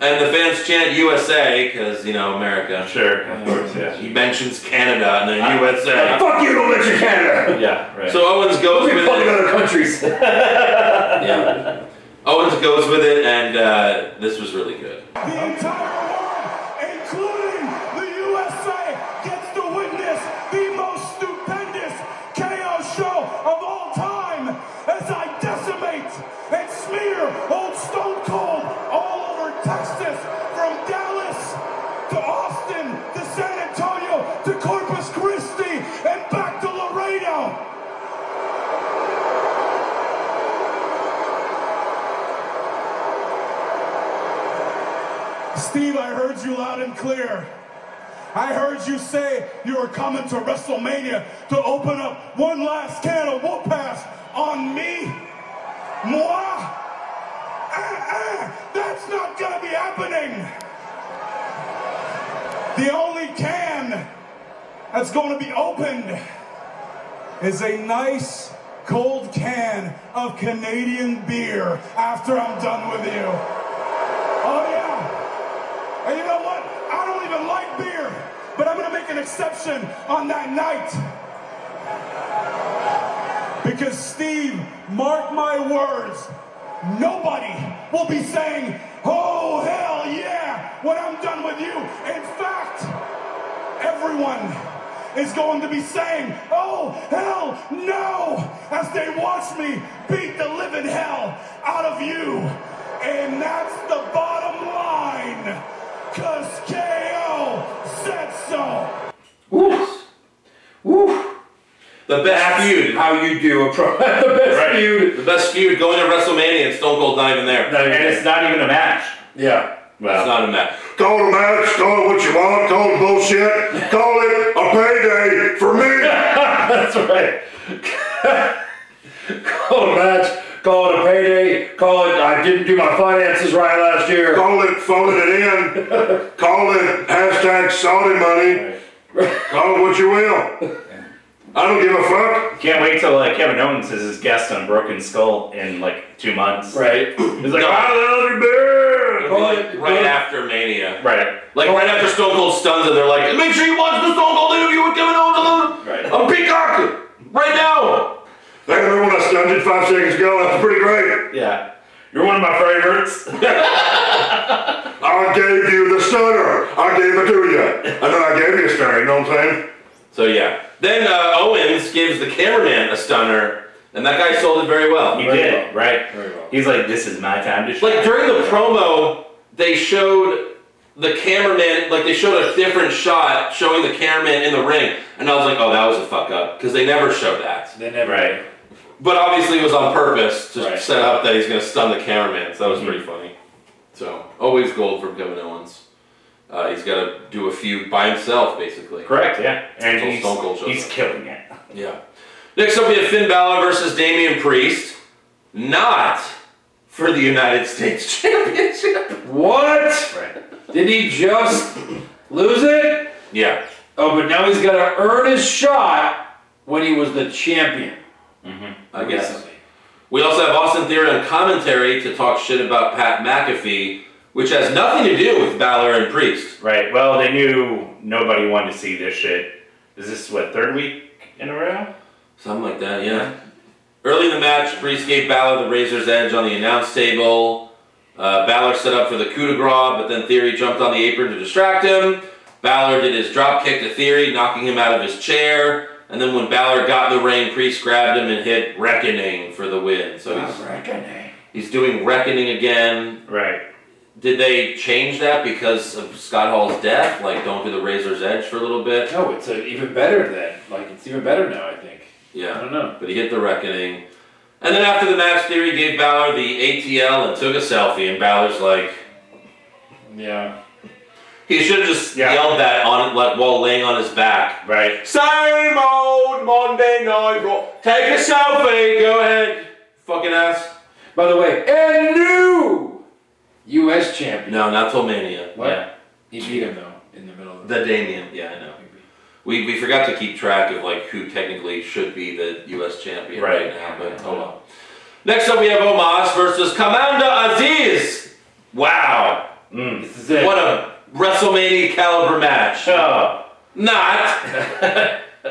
And the fans chant USA because you know America.
Sure. Of course. Yeah.
He mentions Canada and then USA.
Fuck you, don't mention Canada.
Yeah. Right.
So Owens goes
Look
with
at fucking
it.
other countries.
Yeah. Owens goes with it, and uh, this was really good.
The entire world, including the USA, gets to witness the most stupendous KO show of all time as I decimate and smear old Stone Cold all over Texas from Dallas to Austin to San Antonio to Corpus Christi and back to Laredo. Steve, I heard you loud and clear. I heard you say you were coming to WrestleMania to open up one last can of whoop ass on me. Moi? Uh-uh, that's not gonna be happening. The only can that's gonna be opened is a nice cold can of Canadian beer after I'm done with you. Oh yeah. And you know what? I don't even like beer, but I'm gonna make an exception on that night. Because Steve, mark my words, nobody will be saying, oh hell yeah, when I'm done with you. In fact, everyone is going to be saying, oh hell no, as they watch me beat the living hell out of you. And that's the bottom line, cause KO said so.
Woo. Woo.
The best feud.
How you do a pro? the best
Right.
feud.
The best feud going to WrestleMania and Stone Cold not even there.
No,
and it's not even a match.
Yeah.
It's
Well.
not a match.
Call it a match, call it what you want, call it bullshit, call it a payday for me.
That's right. call it a match. Call it a payday. Call it. I didn't do my finances right last year.
Call it phoning it in, call it hashtag Saudi money, call it what you will. I don't give a fuck.
Can't wait till uh, Kevin Owens is his guest on Broken Skull in like two months.
Right.
He's like, I love you, beer.
It'll be like
Call it-
right
call it-
after Mania.
Right.
Like right after Stone Cold stuns and they're like, make sure you watch the Stone Cold interview with Kevin Owens on,
Right.
on Peacock right now.
They remember when I stunned it five seconds ago, that's pretty great.
Yeah. You're one of my favorites.
I gave you the stunner, I gave it to you. And then I gave you a stunner, you know what I'm saying?
So yeah. Then uh, Owens gives the cameraman a stunner, and that guy sold it very well.
You
Very
did,
well.
right?
Very well.
He's like, this is my time to
Like
shine.
during the promo, they showed the cameraman, like they showed a different shot showing the cameraman in the ring, and I was like, oh, that was a fuck up because they never showed that.
They never.
right.
But obviously, it was on purpose to
Right.
set up that he's going to stun the cameraman. So that was pretty funny. So always gold from Kevin Owens. Uh, he's got to do a few by himself, basically.
Correct. Yeah. And
Until Stone Cold
he's,
shows
he's
up.
killing it.
Yeah. Next up, we have Finn Balor versus Damian Priest. Not for the United States Championship.
What?
Right.
Did he just lose it?
Yeah.
Oh, but now he's got to earn his shot when he was the champion.
I guess. We also have Austin Theory on commentary to talk shit about Pat McAfee, which has nothing to do with Balor and Priest.
Right. Well, they knew nobody wanted to see this shit. Is this what third week in a row?
Something like that, yeah. Early in the match, Priest gave Balor the razor's edge on the announce table. Uh, Balor set up for the coup de grace, but then Theory jumped on the apron to distract him. Balor did his drop kick to Theory, knocking him out of his chair. And then when Balor got in the ring, Priest grabbed him and hit Reckoning for the win. So he's,
Reckoning.
he's doing Reckoning again.
Right.
Did they change that because of Scott Hall's death? Like, don't do the Razor's Edge for a little bit?
No, it's uh even better then. Like it's even better now. I think. I
Yeah.
don't know.
But he hit the Reckoning. And then after the match, Theory gave Balor the ATL and took a selfie, and Balor's like,
Yeah.
he should have just
Yeah.
yelled that on like, while laying on his back.
Right.
Same old Monday Night Raw. Take a selfie. Go ahead. Fucking ass.
By the way, and new U.S. champion.
No, not till Mania.
What?
Yeah.
He beat him though in the middle of the.
The Damien. Yeah, I know. We, we forgot to keep track of like who technically should be the U.S. champion right,
Right.
now, but hold on. Next up, we have Omas versus Commander Aziz. Wow,
This is it.
what a WrestleMania caliber match.
Oh.
Not.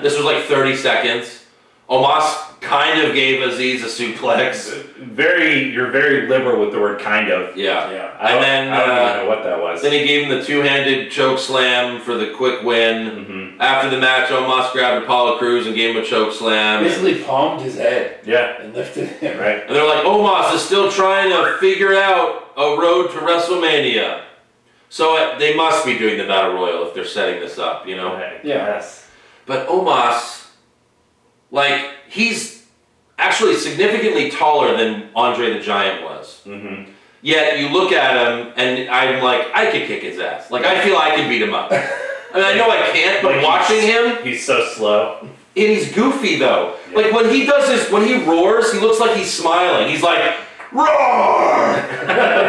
this was like 30 seconds. Omas kind of gave Aziz a suplex.
Very. You're very liberal with the word kind of.
Yeah.
Yeah.
I
And
don't,
then,
I don't
uh,
even know what that was.
Then he gave him the two-handed choke slam for the quick win.
Mm-hmm.
After the match, Omos grabbed Apollo Cruz and gave him a choke slam.
Basically palmed his head
yeah.
and lifted him.
Right.
And they're like, Omos is still trying to figure out a road to WrestleMania. So uh, they must be doing the Battle Royal if they're setting this up, you know?
Okay.
Yeah.
Yes.
But Omos, like, he's actually significantly taller than Andre the Giant was.
Mm-hmm.
Yet you look at him and I'm like, I could kick his ass. Like, I feel I could beat him up. I mean, I know I can't, but
Like,
watching
he's-
him,
He's so slow.
and he's goofy though.
Yeah.
Like when he does his, when he roars, he looks like he's smiling. He's like, roar!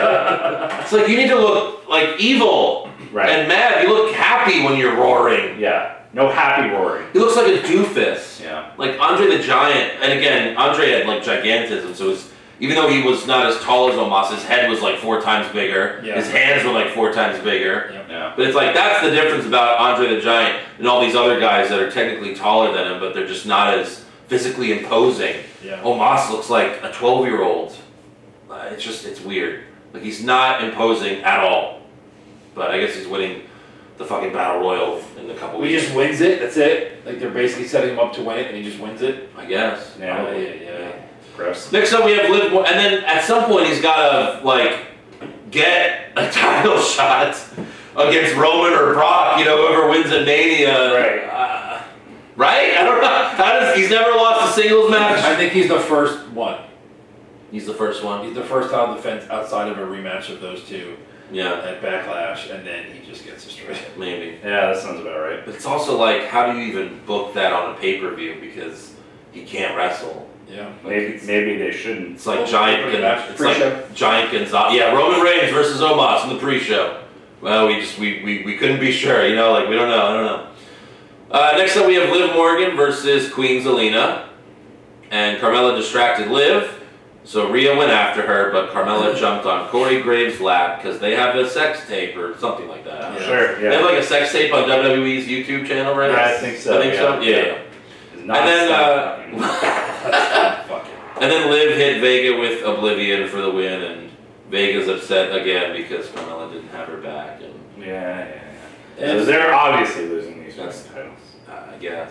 it's like you need to look like evil
Right.
and mad. You look happy when you're roaring.
yeah. No happy roaring.
He looks like a doofus.
Yeah.
Like Andre the Giant, and again, Andre had like gigantism, so his, even though he was not as tall as Omos, his head was like four times bigger.
Yeah.
His hands were like four times bigger.
Yeah.
But it's like that's the difference about Andre the Giant and all these other guys that are technically taller than him, but they're just not as physically imposing.
Yeah.
Omos looks like a twelve-year-old. Uh, it's just it's weird. Like he's not imposing at all. But I guess he's winning the fucking battle royal in a couple
Well, he
weeks.
just wins it. That's it. Like they're basically setting him up to win it, and he just wins it.
I guess.
Yeah.
Oh, yeah, yeah.
Gross.
Next up, we have Liv, Mo- and then at some point he's gotta like get a title shot against Roman or Brock. You know, whoever wins a Mania.
Right.
Uh, right? I don't know. How does he's never lost a singles
I
match?
think he's the first one.
He's the first one.
He's the first out of the fence outside of a rematch of those two
Yeah,
at Backlash, and then he just gets destroyed.
maybe.
Yeah, that sounds about right.
But it's also like, how do you even book that on a pay per view because he can't wrestle.
Yeah.
Maybe maybe they shouldn't.
It's like
Well,
giant.
pretty
Gon-
much.
it's
Pre-show.
like giant Gonzalez. Yeah, Roman Reigns versus Omos in the pre-show. Well, we just we, we, we couldn't be sure. You know, like we don't know. I don't know. Uh, next up, we have Liv Morgan versus Queen Zelina, and Carmella distracted Liv, so Rhea went after her, but Carmella jumped on Corey Graves' lap because they have a sex tape or something like that. I don't know.
Sure.
They have
Yeah.
like a sex tape on WWE's YouTube channel, right?
Yeah, I think so,
I think so.
yeah.
yeah. And then, uh,
Fuck it.
and then Liv hit Vega with Oblivion for the win, and Vega's upset again because Carmella didn't have her back, and
yeah, yeah, yeah. So
And-
they're obviously losing these
That's-
fucking titles.
uh, I guess.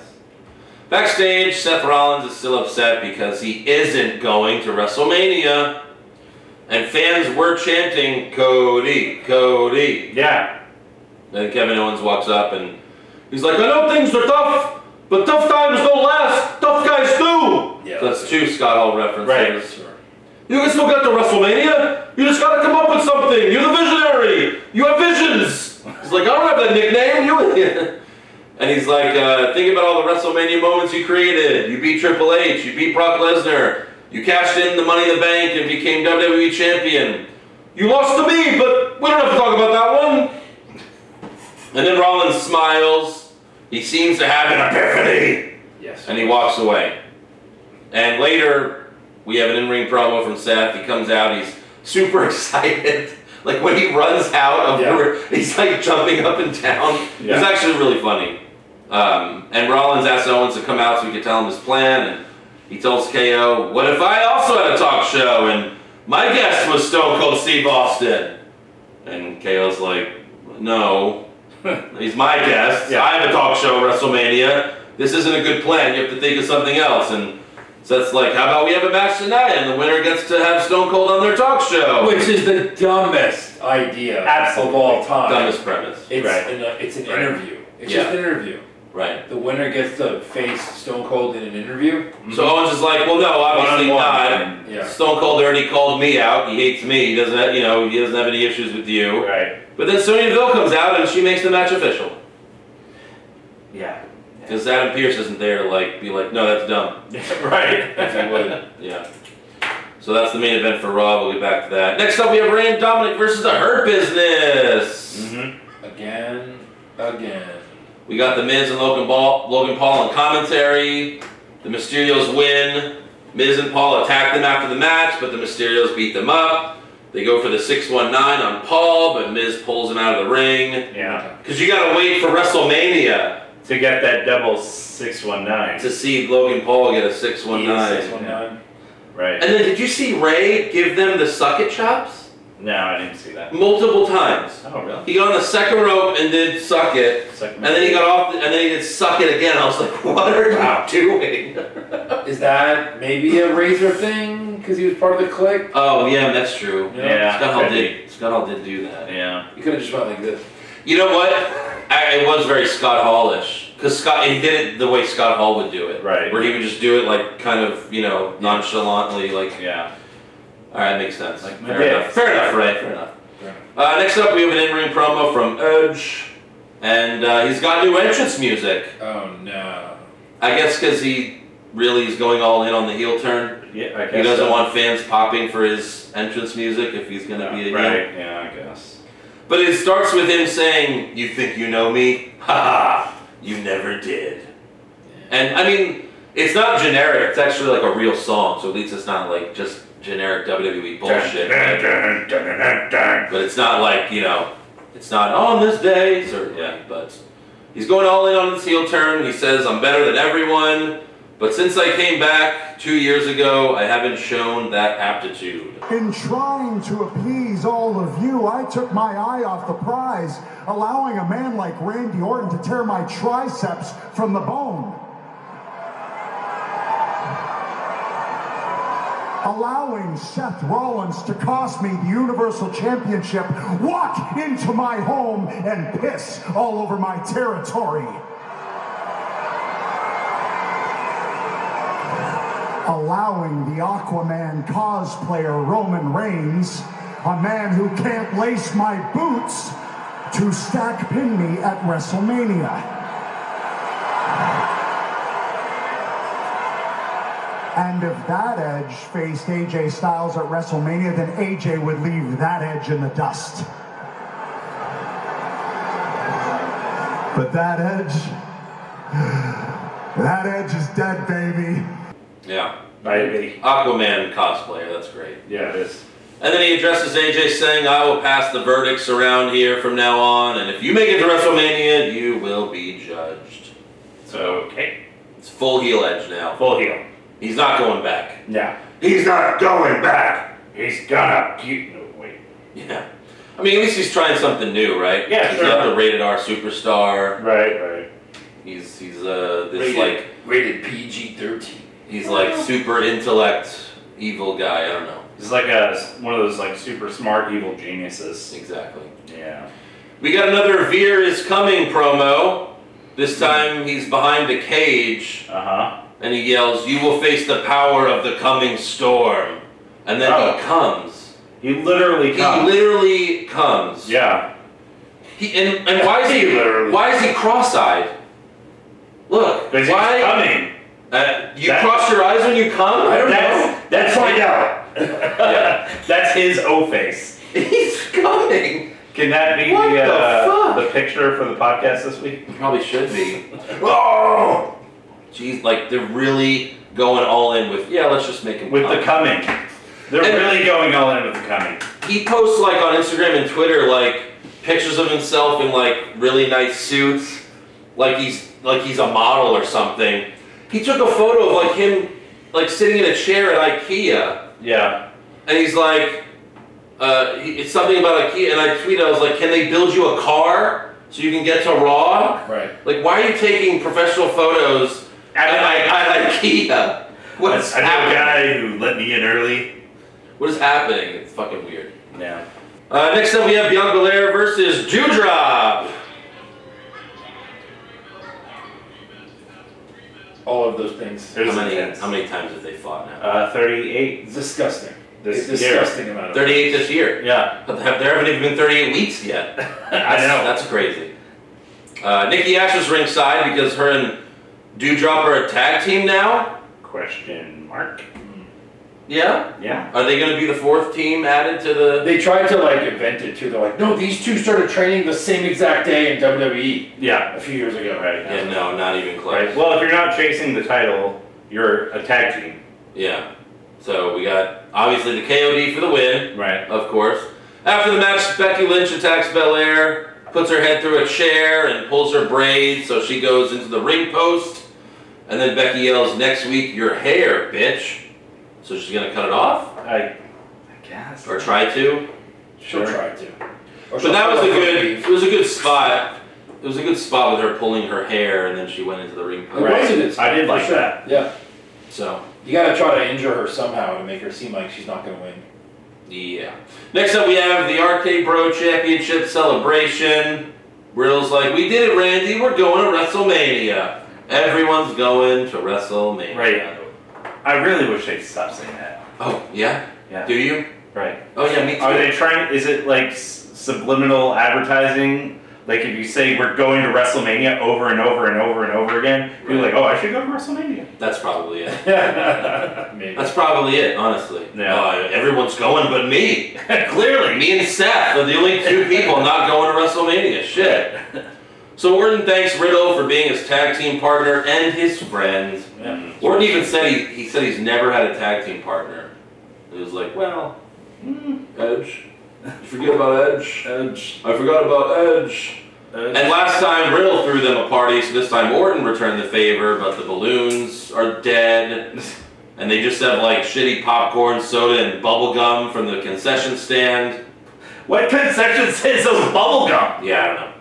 Backstage, Seth Rollins is still upset because he isn't going to WrestleMania, and fans were chanting, Cody, Cody,
Yeah.
Then Kevin Owens walks up and he's like, I know things are tough, but tough times don't last. Tough guys do.
Yeah.
So that's two Scott Hall references.
Right.
Sure.
You can still get to WrestleMania. You just gotta come up with something. You're the visionary. You have visions. He's like, I don't have that nickname. You. And he's like, uh, think about all the WrestleMania moments you created. You beat Triple H. You beat Brock Lesnar. You cashed in the Money in the Bank and became WWE Champion. You lost to me, but we don't have to talk about that one. And then Rollins smiles. He seems to have an epiphany.
Yes.
And he walks away. And later, we have an in ring promo from Seth. He comes out, he's super excited. Like when he runs out of the
Yeah.
ring, he's like jumping up and down.
Yeah.
It's actually really funny. Um, and Rollins asks Owens to come out so he can tell him his plan. And he tells KO, What if I also had a talk show? And my guest was Stone Cold Steve Austin. And KO's like, No. He's my guest.
Yeah.
I have a talk show at WrestleMania. This isn't a good plan. You have to think of something else. And Seth's like, how about we have a match tonight? And the winner gets to have Stone Cold on their talk show.
Which is the dumbest idea
Absolutely.
of all time.
Dumbest premise.
It's
Right.
an, it's an
Right.
interview. It's
Yeah.
just an interview.
Right.
The winner gets to face Stone Cold in an interview.
So Owens is like, well, no, obviously
One-on-one.
not.
Yeah.
Stone Cold already called me out. He hates me. He doesn't, have, you know, he doesn't have any issues with you.
Right.
But then Sonya Deville comes out and she makes the match official
Yeah.
because Adam Pierce isn't there to like be like, no, that's dumb.
right.
if you would. Yeah. So that's the main event for Raw. We'll get back to that. Next up, we have Rand Dominic versus the Hurt Business.
Mm-hmm.
Again, again.
We got the Miz and Logan, Ball, Logan Paul on commentary. The Mysterios win. Miz and Paul attack them after the match, but the Mysterios beat them up. They go for the 619 on Paul, but Miz pulls him out of the ring.
Yeah.
Because you gotta wait for WrestleMania
To get that double six one nine.
to see Logan Paul get a 619.
619.
Right.
And then did you see Ray give them the suck it chops?
No, I didn't see that.
Multiple times.
Oh really?
He got on the second rope and did suck it,
Second
and then he got off, the, and then he did suck it again. I was like, what are
Wow.
you doing?
Is that maybe a Razor thing? Because he was part of the clique?
oh yeah, that's true.
Yeah.
Scott Hall
could be.
did. Scott Hall did do that.
Yeah.
You could have just went like this.
You know what? I, it was very Scott Hallish because Scott he did it the way Scott Hall would do it,
Right.
Where he would just do it like kind of you know nonchalantly, like
Yeah.
all right, makes sense.
Like my
fair
dick.
enough. Fair enough, Ray. Fair enough. Uh, next up, we have an in-ring promo from Edge, and uh, he's got new entrance music.
Oh no.
I guess because he really is going all in on the heel turn.
Yeah. I guess.
He doesn't
so.
want fans popping for his entrance music if he's going to
Yeah,
be a heel.
Right. Yeah. I guess.
But it starts with him saying, "You think you know me? Ha! ha, You never did." And I mean, it's not generic. It's actually like a real song, so at least it's not like just generic WWE bullshit.
Dun,
but-
dun, dun, dun, dun, dun.
But it's not like you know, it's not on this day certainly. But he's going all in on his heel turn. He says, "I'm better than everyone." But since I came back two years ago, I haven't shown that aptitude.
In trying to appease all of you, I took my eye off the prize, allowing a man like Randy Orton to tear my triceps from the bone. Allowing Seth Rollins to cost me the Universal Championship, walk into my home and piss all over my territory. allowing the Aquaman cosplayer Roman Reigns, a man who can't lace my boots, to stack pin me at WrestleMania. And if that Edge faced AJ Styles at WrestleMania, then AJ would leave that Edge in the dust. But that Edge, that Edge is dead, baby.
Yeah,
Maybe.
Aquaman cosplayer. That's great.
Yeah. It is.
And then he addresses AJ, saying, "I will pass the verdicts around here from now on, and if you make it to WrestleMania, you will be judged."
So okay.
It's full heel edge now.
Full heel.
He's not going back.
Yeah.
He's not going back.
He's gonna get. No wait.
Yeah. I mean, at least he's trying something new, right?
Yeah,
He's
sure.
not the rated R superstar.
Right. Right.
He's he's uh this
Rated,
like
rated PG 13.
he's like super intellect evil guy. I don't know
He's like a one of those like super smart evil geniuses.
exactly.
Yeah.
We got another Veer is coming promo. This time he's behind a cage
Uh huh.
and he yells, "You will face the power of the coming storm," and then
Oh.
he comes.
He literally comes.
He literally comes.
yeah.
He, and, and why is he
Literally.
why is he cross-eyed? Look,
Because he's
why?
coming.
Uh, you
That-
cross your eyes when you come? I don't
That's that's
Find
his,
out.
that's his O face.
know. He's coming.
Can that be
What
the,
the
uh,
fuck?
the picture for the podcast this week?
Probably should be.
Oh!
Jeez, like they're really going all in with yeah. Let's just make him
With
come.
the coming. They're
And-
really going all in with the coming.
he posts like on Instagram and Twitter like pictures of himself in like really nice suits, like he's like he's a model or something. He took a photo of like him like sitting in a chair at IKEA,
Yeah.
and he's like, uh, he- it's something about IKEA. And I tweeted, I was like, can they build you a car so you can get to Raw?
Right.
Like, why are you taking professional photos at,
At
I- at IKEA? What is
I know a
happening?
guy who let me in early.
What is happening? It's fucking weird.
Yeah.
Uh, next up, we have Bianca Belair versus Dewdrop.
All of those things.
There's
How many,
intense.
how many times have they fought now?
Uh, 38.
It's disgusting.
This
it's
year.
disgusting amount of
38 this year.
Yeah.
But There there haven't even been 38 weeks yet. That's,
I know.
That's crazy. Uh, Nikki Ash was ringside because her and Dewdrop are a tag team now.
Question mark.
Yeah?
Yeah.
Are they going to be the fourth team added to the.
They tried to like invent it too. They're like, no, these two started training the same exact day in WWE
Yeah.
a few years ago.
Right.
Yeah, no, not even close.
Right. Well, if you're not chasing the title, you're a tag team.
Yeah. So we got obviously the KOD for the win.
Right.
Of course. After the match, Becky Lynch attacks Belair, puts her head through a chair, and pulls her braid, so she goes into the ring post. And then Becky yells, Next week, your hair, bitch. So she's gonna cut it off,
I, I guess.
or try to.
She'll
Sure.
try to. Or
But
she'll
that was a
try to
good.
leave.
It was a good spot. It was a good spot with her pulling her hair, and then she went into the ring
It
post.
Right.
was a good spot,
I did
for
like
sure.
that.
Yeah.
So
You gotta try to injure her somehow to make her seem like she's not gonna win.
yeah. Next up, we have the RK Bro Championship celebration. Rill's like, "We did it, Randy. We're going to WrestleMania. Everyone's going to WrestleMania."
Right. I really wish they'd stop saying that.
Oh yeah.
Yeah.
Do you?
Right.
Oh yeah, me too.
Are they trying? Is it like s- subliminal advertising? Like if you say we're going to WrestleMania over and over and over and over again, you're like, oh, I should go to WrestleMania.
That's probably it.
Maybe.
That's probably it, honestly.
Yeah.
Uh, everyone's going but me. Clearly, me and Seth are the only two people not going to WrestleMania. Shit. So Orton thanks Riddle for being his tag team partner and his friends.
Yeah.
Orton even said he, he said he's never had a tag team partner. It was like, well, hmm, Edge. You forget about Edge. Edge. I forgot about Edge. And last time Riddle threw them a party, so this time Orton returned the favor, but the balloons are dead. And they just have like shitty popcorn, soda, and bubble gum from the concession stand.
What concession says those bubblegum?
Yeah, I don't know.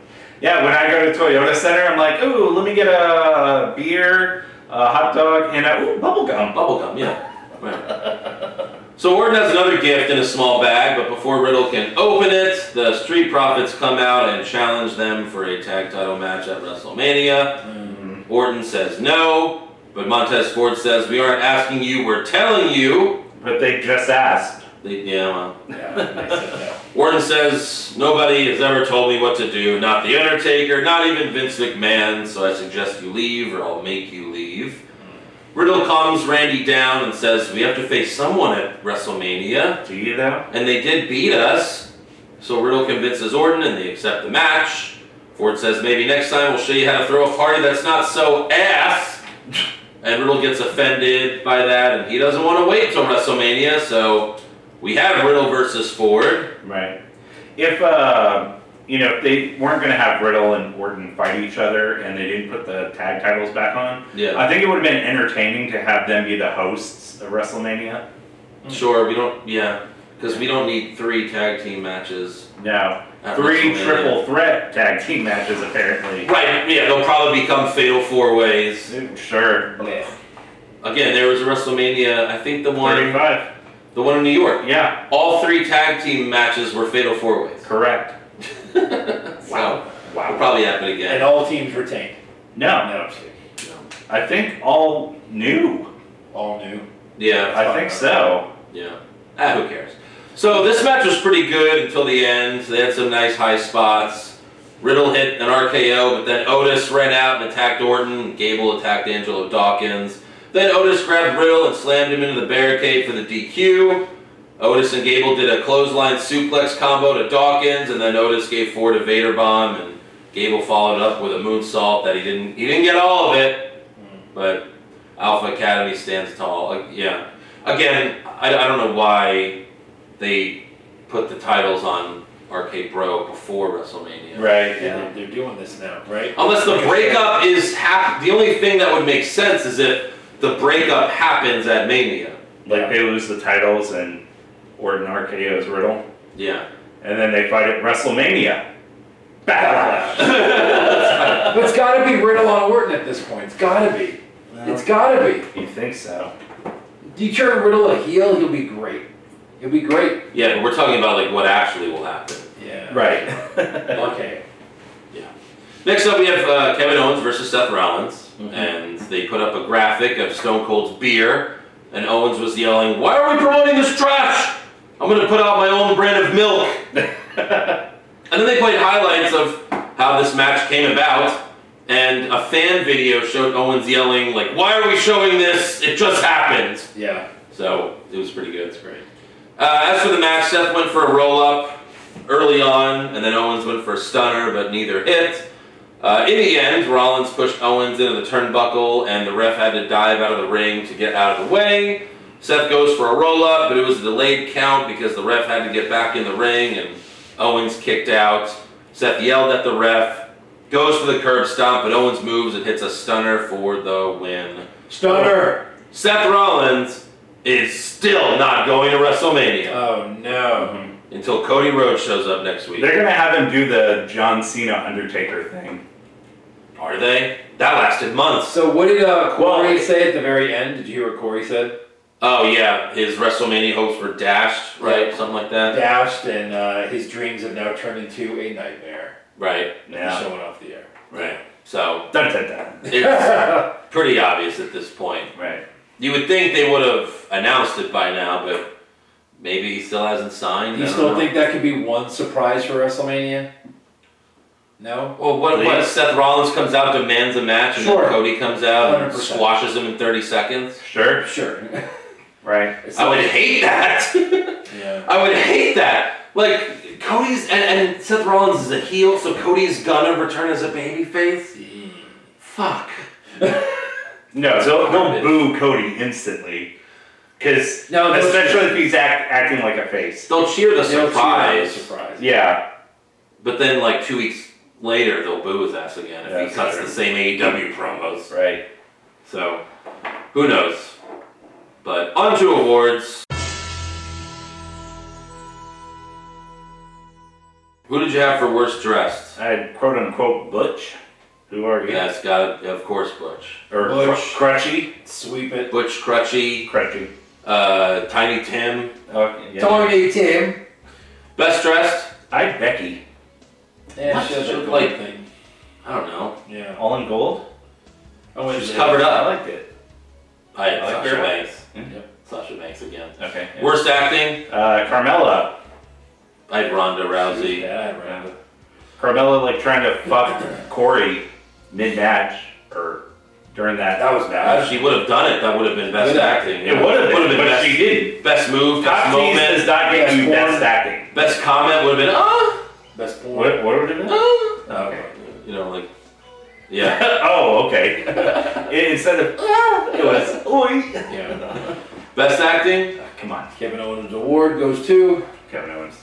Yeah, when I go to Toyota Center, I'm like, ooh, let me get a beer, a hot dog, and a ooh, bubblegum.
Bubblegum, yeah. Right. So Orton has another gift in a small bag, but before Riddle can open it, the Street Profits come out and challenge them for a tag title match at WrestleMania. Orton says no, but Montez Ford says, We aren't asking you, we're telling you.
But they just asked.
They, yeah, well.
Yeah, they said no.
Orton says, Nobody has ever told me what to do, not The Undertaker, not even Vince McMahon, so I suggest you leave or I'll make you leave. Riddle calms Randy down and says, We have to face someone at WrestleMania,
Do you though?
and they did beat us. So Riddle convinces Orton and they accept the match. Ford says, Maybe next time we'll show you how to throw a party that's not so ass. And Riddle gets offended by that, and he doesn't want to wait till WrestleMania, so we have Riddle versus Ford.
Right. If uh, you know, if they weren't going to have Riddle and Orton fight each other, and they didn't put the tag titles back on,
Yeah.
I think it would have been entertaining to have them be the hosts of WrestleMania.
Sure, we don't. Yeah, because we don't need three tag team matches.
No,
At
three
WrestleMania.
triple threat tag team matches apparently.
Right. Yeah, they'll probably become fatal four ways.
Sure.
Again, there was a WrestleMania. I think the one,
Thirty-five.
the one in New York.
Yeah.
All three tag team matches were fatal four ways.
Correct.
Wow. It'll
Wow.
probably happen
And
again.
all teams retained. No,
No,
I'm just kidding.
I think all new.
All new.
Yeah.
I think so.
Yeah. Ah, who cares? So this match was pretty good until the end. They had some nice high spots. Riddle hit an RKO, but then Otis ran out and attacked Orton. Gable attacked Angelo Dawkins. Then Otis grabbed Riddle and slammed him into the barricade for the DQ. Otis and Gable did a clothesline suplex combo to Dawkins, and then Otis gave Ford a Vader bomb, and Gable followed up with a moonsault that he didn't he didn't get all of it, but Alpha Academy stands tall. Like, yeah, again, I, I don't know why they put the titles on Arcade Bro before WrestleMania.
Yeah,
Right. Yeah.
they're- they're doing this now, right?
Unless Oh, the breakup is hap- the only thing that would make sense is if the breakup happens at Mania.
Like they lose the titles and Orton RKO's Riddle,
Yeah.
and then they fight at WrestleMania. Backlash.
But it's gotta be Riddle on Orton at this point. It's gotta be. It's gotta be.
you think so?
You turn Riddle a heel, he'll be great. He'll be great.
Yeah, but we're talking about like what actually will happen.
Yeah.
Right.
Okay.
Next up, we have uh, Kevin Owens versus Seth Rollins, and they put up a graphic of Stone Cold's beer, and Owens was yelling, "Why are we promoting this trash? I'm gonna put out my own brand of milk." and then they played highlights of how this match came about, and a fan video showed Owens yelling, "Like, why are we showing this? It just happened."
Yeah.
So it was pretty good.
Great.
Uh, as for the match, Seth went for a roll up early on, and then Owens went for a stunner, but neither hit. Uh, in the end, Rollins pushed Owens into the turnbuckle, and the ref had to dive out of the ring to get out of the way. Seth goes for a roll up, but it was a delayed count because the ref had to get back in the ring, and Owens kicked out. Seth yelled at the ref, goes for the curb stomp, but Owens moves and hits a stunner for the win.
Stunner!
Seth Rollins is still not going to WrestleMania
Oh
Mm-hmm.
no.
until Cody Rhodes shows up next week.
They're gonna have him do the John Cena Undertaker thing.
Are they? That lasted months.
So what did uh, Corey
Well-
say at the very end? Did you hear what Corey said?
Oh yeah, his WrestleMania hopes were dashed, right? Something like that.
Dashed and uh, his dreams have now turned into a nightmare.
Right.
He's
Yeah.
Showing off the air.
Right. So
Dun dun dun.
it's pretty obvious at this point.
Right.
You would think they would have announced it by now, but maybe he still hasn't signed.
You
I don't
still
know.
think that could be one surprise for WrestleMania? No?
Well, what, what if
Please.
Seth Rollins comes out, demands a match, and
Sure.
then Cody comes out and
100%.
squashes him in 30 seconds?
Sure.
Sure.
Right.
It's
I would
like-
hate that.
Yeah.
I would hate that. Like Cody's and, and Seth Rollins is a heel, so Cody's gonna return as a babyface. Fuck.
No, they'll, they'll boo Cody instantly. Because,
No, they'll-
especially if he's act, acting like a face.
They'll cheer the
They'll cheer on the
surprise,
Surprise.
Yeah.
but then like two weeks later they'll boo his ass again if
That's
he cuts
true.
the same AEW promos.
Right.
So who knows? But on to awards. Who did you have for worst dressed?
I had quote unquote Butch. Who are you?
Yes, got of course Butch.
Or
Butch.
Cr- Crutchy?
Sweep it.
Butch Crutchy,
Crutchy.
uh, Tiny Tim,
Okay, yeah.
Tony Tim.
Best dressed?
I had Becky.
Yeah,
What?
she has a gold
Like-
thing.
I don't know.
Yeah.
All in gold?
Oh, and
She's
the-
covered
I
up.
liked it.
I had
I like
Sasha
her.
Banks.
Yep.
Sasha Banks again.
Okay. yeah.
Worst acting?
Uh, Carmella.
I had Ronda Rousey.
Yeah, I remember.
Carmella, like, trying to fuck Corey mid match or during that.
That was bad.
If she would have done it, that would have been best
Good
acting.
It would have been, but
best,
she didn't.
best move, best
Top tease
moment,
does not get
Best
you best
porn.
acting.
best comment would have been, ah,
Best porn.
What, what would it be?
ah.
Okay.
You know, like, yeah.
oh, okay. I- Instead of it was oi. Uh,
Yeah.
best acting?
Come on,
Kevin Owens award goes to.
Kevin Owens.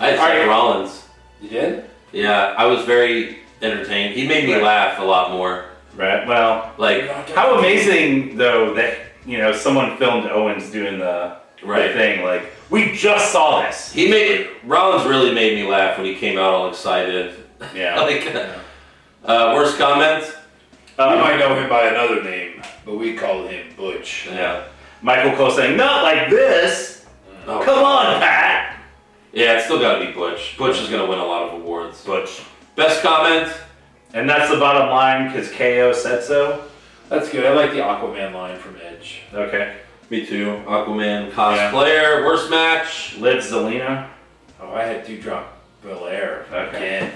I had
Alright.
Seth Rollins.
You did?
Yeah, I was very entertained. He made me
Right.
laugh a lot more.
Right. Well,
Like,
how amazing though that you know someone filmed Owens doing the the
Right.
thing. Like we just saw this.
he made, Rollins really made me laugh when he came out all excited.
Yeah.
like, uh, worst comment?
Um,
you might know him by another name, but we call him Butch.
Yeah.
Michael Cole saying not like this.
Oh,
Come on, Pat.
Yeah, it's still gotta be Butch. Butch is gonna win a lot of awards.
Butch.
Best comment?
And that's the bottom line because KO said so.
That's good. I like the Aquaman line from Edge.
Okay.
Me too. Aquaman cosplayer. Worst match?
Liv Zelina.
Oh, I had Dewdrop Belair
Okay.
again.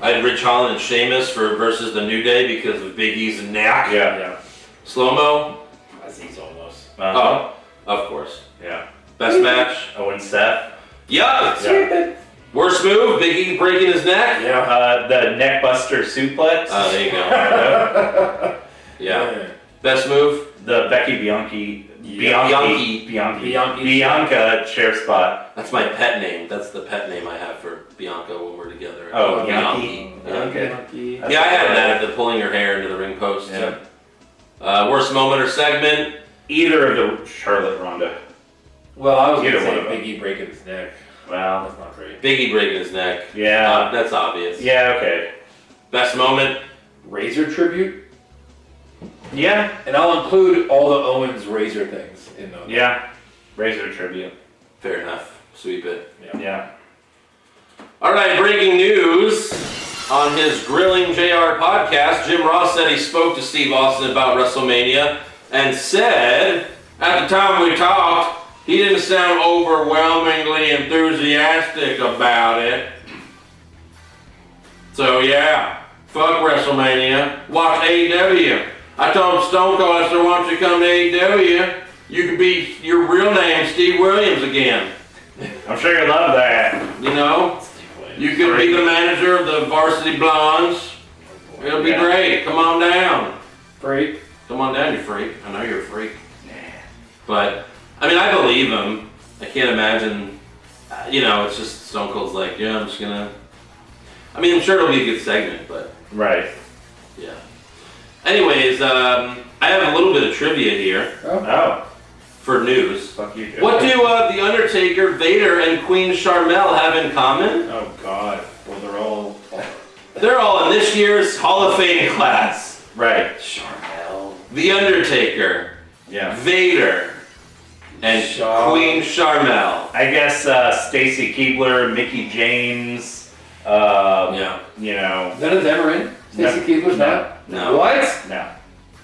I had Rich Holland and Sheamus for versus the New Day because of Big E's neck.
Yeah.
Slow mo.
As he's almost.
Yeah. Uh-huh.
Oh, of course.
Yeah.
Best match.
Owen Seth.
Yup.
Yeah.
Worst move. Big E breaking his neck.
Yeah.
Uh, the neckbuster suplex.
Oh, there you go. Yeah. Best move.
the Becky Bianchi.
Yeah.
Bianchi. Bianchi.
Bianchi.
Bianca chair spot.
That's my pet name. That's the pet name I have for Bianca when we're together.
Oh,
Bianchi.
Bianchi.
Yeah.
Okay.
Yeah, I had that. The pulling your hair into the ring post.
Yeah.
Uh, worst moment or segment.
Either of the Charlotte Ronda.
Well, I was
Either
gonna say
one of them.
Biggie breaking his neck.
Well.
That's not great.
Biggie breaking his neck. Uh,
Yeah.
that's obvious.
Yeah. Okay.
Best moment.
Razor tribute,
Yeah.
and I'll include all the Owens Razor things in those.
Yeah. Razor tribute.
Fair enough. Sweep it.
Yeah.
All right, breaking news. On his Grilling JR podcast, Jim Ross said he spoke to Steve Austin about WrestleMania and said, at the time we talked, he didn't sound overwhelmingly enthusiastic about it. So, yeah, fuck WrestleMania. Watch AEW. I told Stone Cold, I said, why don't you come to AEW? You could be your real name, Steve Williams, again.
I'm sure you love that.
You know? You could be the manager of the Varsity Blondes. It'll be
Yeah.
great. Come on down.
Freak.
Come on down, you freak. I know you're a freak. But, I mean, I believe him. I can't imagine, uh, you know, it's just Stone Cold's like, yeah, I'm just gonna. I mean, I'm sure it'll be a good segment, but
Right.
yeah. Anyways, um, I have a little bit of trivia here
Oh.
for news.
Fuck you. Joe.
What do uh, The Undertaker, Vader, and Queen Charmel have in common?
Oh God. Well, they're all.
They're all in this year's Hall of Fame class.
Right.
Charmel.
The Undertaker,
Yeah.
Vader, and
Char-
Queen Charmel.
I guess uh, Stacy Keebler, Mickey James. Uh,
Yeah.
You know.
None of them are in. Stacy
No.
Keebler's
No.
not.
No.
What?
No.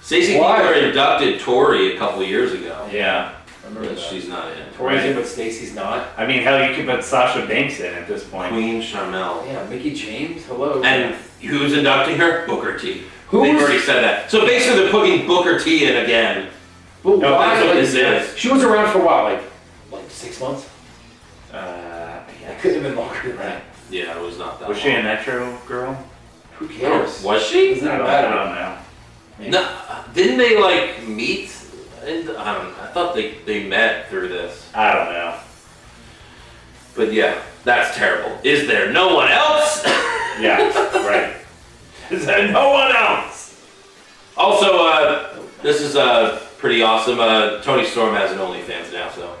Stacey
Why?
Keebler inducted Tori a couple years ago.
Yeah.
Remember
But
that.
she's not in.
Tori's in, but Stacy's not.
I mean, hell, you could put Sasha Banks in at this point.
Queen Charmel.
Yeah, Mickey James. Hello.
And who's inducting her? Booker T. They've
Who's-
already said that. So basically they're putting Booker T in again.
But
No,
why?
that's what
like,
this is.
She was around for a while, like like six months.
Uh,
It couldn't have been longer than that.
Yeah, it was not that
was she
long.
an Metro girl?
Who cares?
Was she?
Doesn't
I don't, I
matter.
don't know.
No, didn't they like meet? And, I don't know. I thought they, they met through this.
I don't know.
But yeah, that's terrible. Is there no one else?
Yeah, right. Is there no one else?
also, uh, this is uh, pretty awesome. Uh, Tony Storm has an OnlyFans now, so.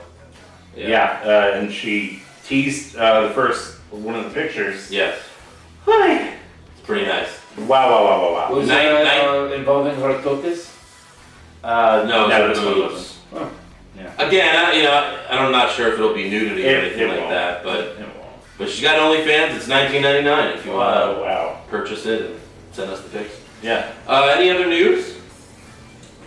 Yeah, uh, and she teased uh, the first one of the pictures.
Yeah,
Hi.
it's pretty nice.
Wow, wow, wow, wow, wow.
Was
Night-
that
night-
uh, involving Hortotis?
Uh,
No,
no,
it's
this one
boobs.
wasn't.
Again, I, you know, I'm not sure if it'll be nudity or
It-
anything
it
like
won't.
that, but
It won't.
but she's got OnlyFans. It's 19.99 if you
Wow,
want
wow.
to purchase it and send us the pics.
Yeah.
Uh, any other news?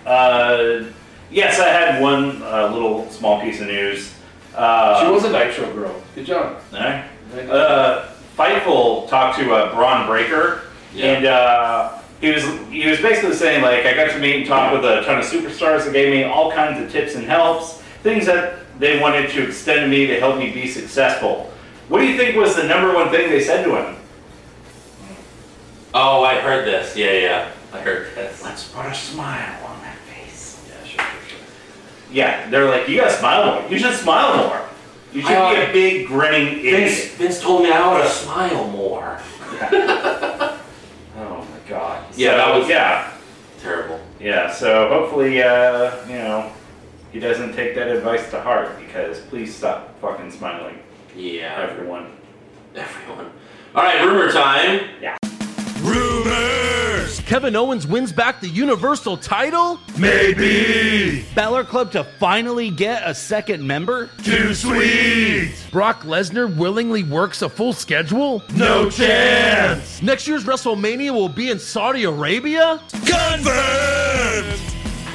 Uh, yes, I had one uh, little small piece of news. Uh,
she was a Nitro girl. Good job.
Alright. Uh, Fightful talked to uh, Braun Breaker,
Yeah.
and uh, he was he was basically saying like I got to meet and talk with a ton of superstars that gave me all kinds of tips and helps, things that they wanted to extend to me to help me be successful. What do you think was the number one thing they said to him?
Oh, I heard this. Yeah, yeah, I heard this.
Let's put a smile on that face.
Yeah, sure, sure, sure.
Yeah, they're like, you gotta smile more. You should smile more. You should
I-
be a big grinning
Vince,
idiot.
Vince told me I ought to smile more.
Oh my god.
Yeah, that was-
yeah.
Terrible.
Yeah, so hopefully, uh, you know, he doesn't take that advice to heart because please stop fucking smiling,
Yeah.
everyone.
Everyone. All right, rumor time.
Kevin Owens wins back the Universal title?
Maybe
Balor Club to finally get a second member?
too sweet.
Brock Lesnar willingly works a full schedule?
No chance.
Next year's WrestleMania will be in Saudi Arabia?
Confirmed.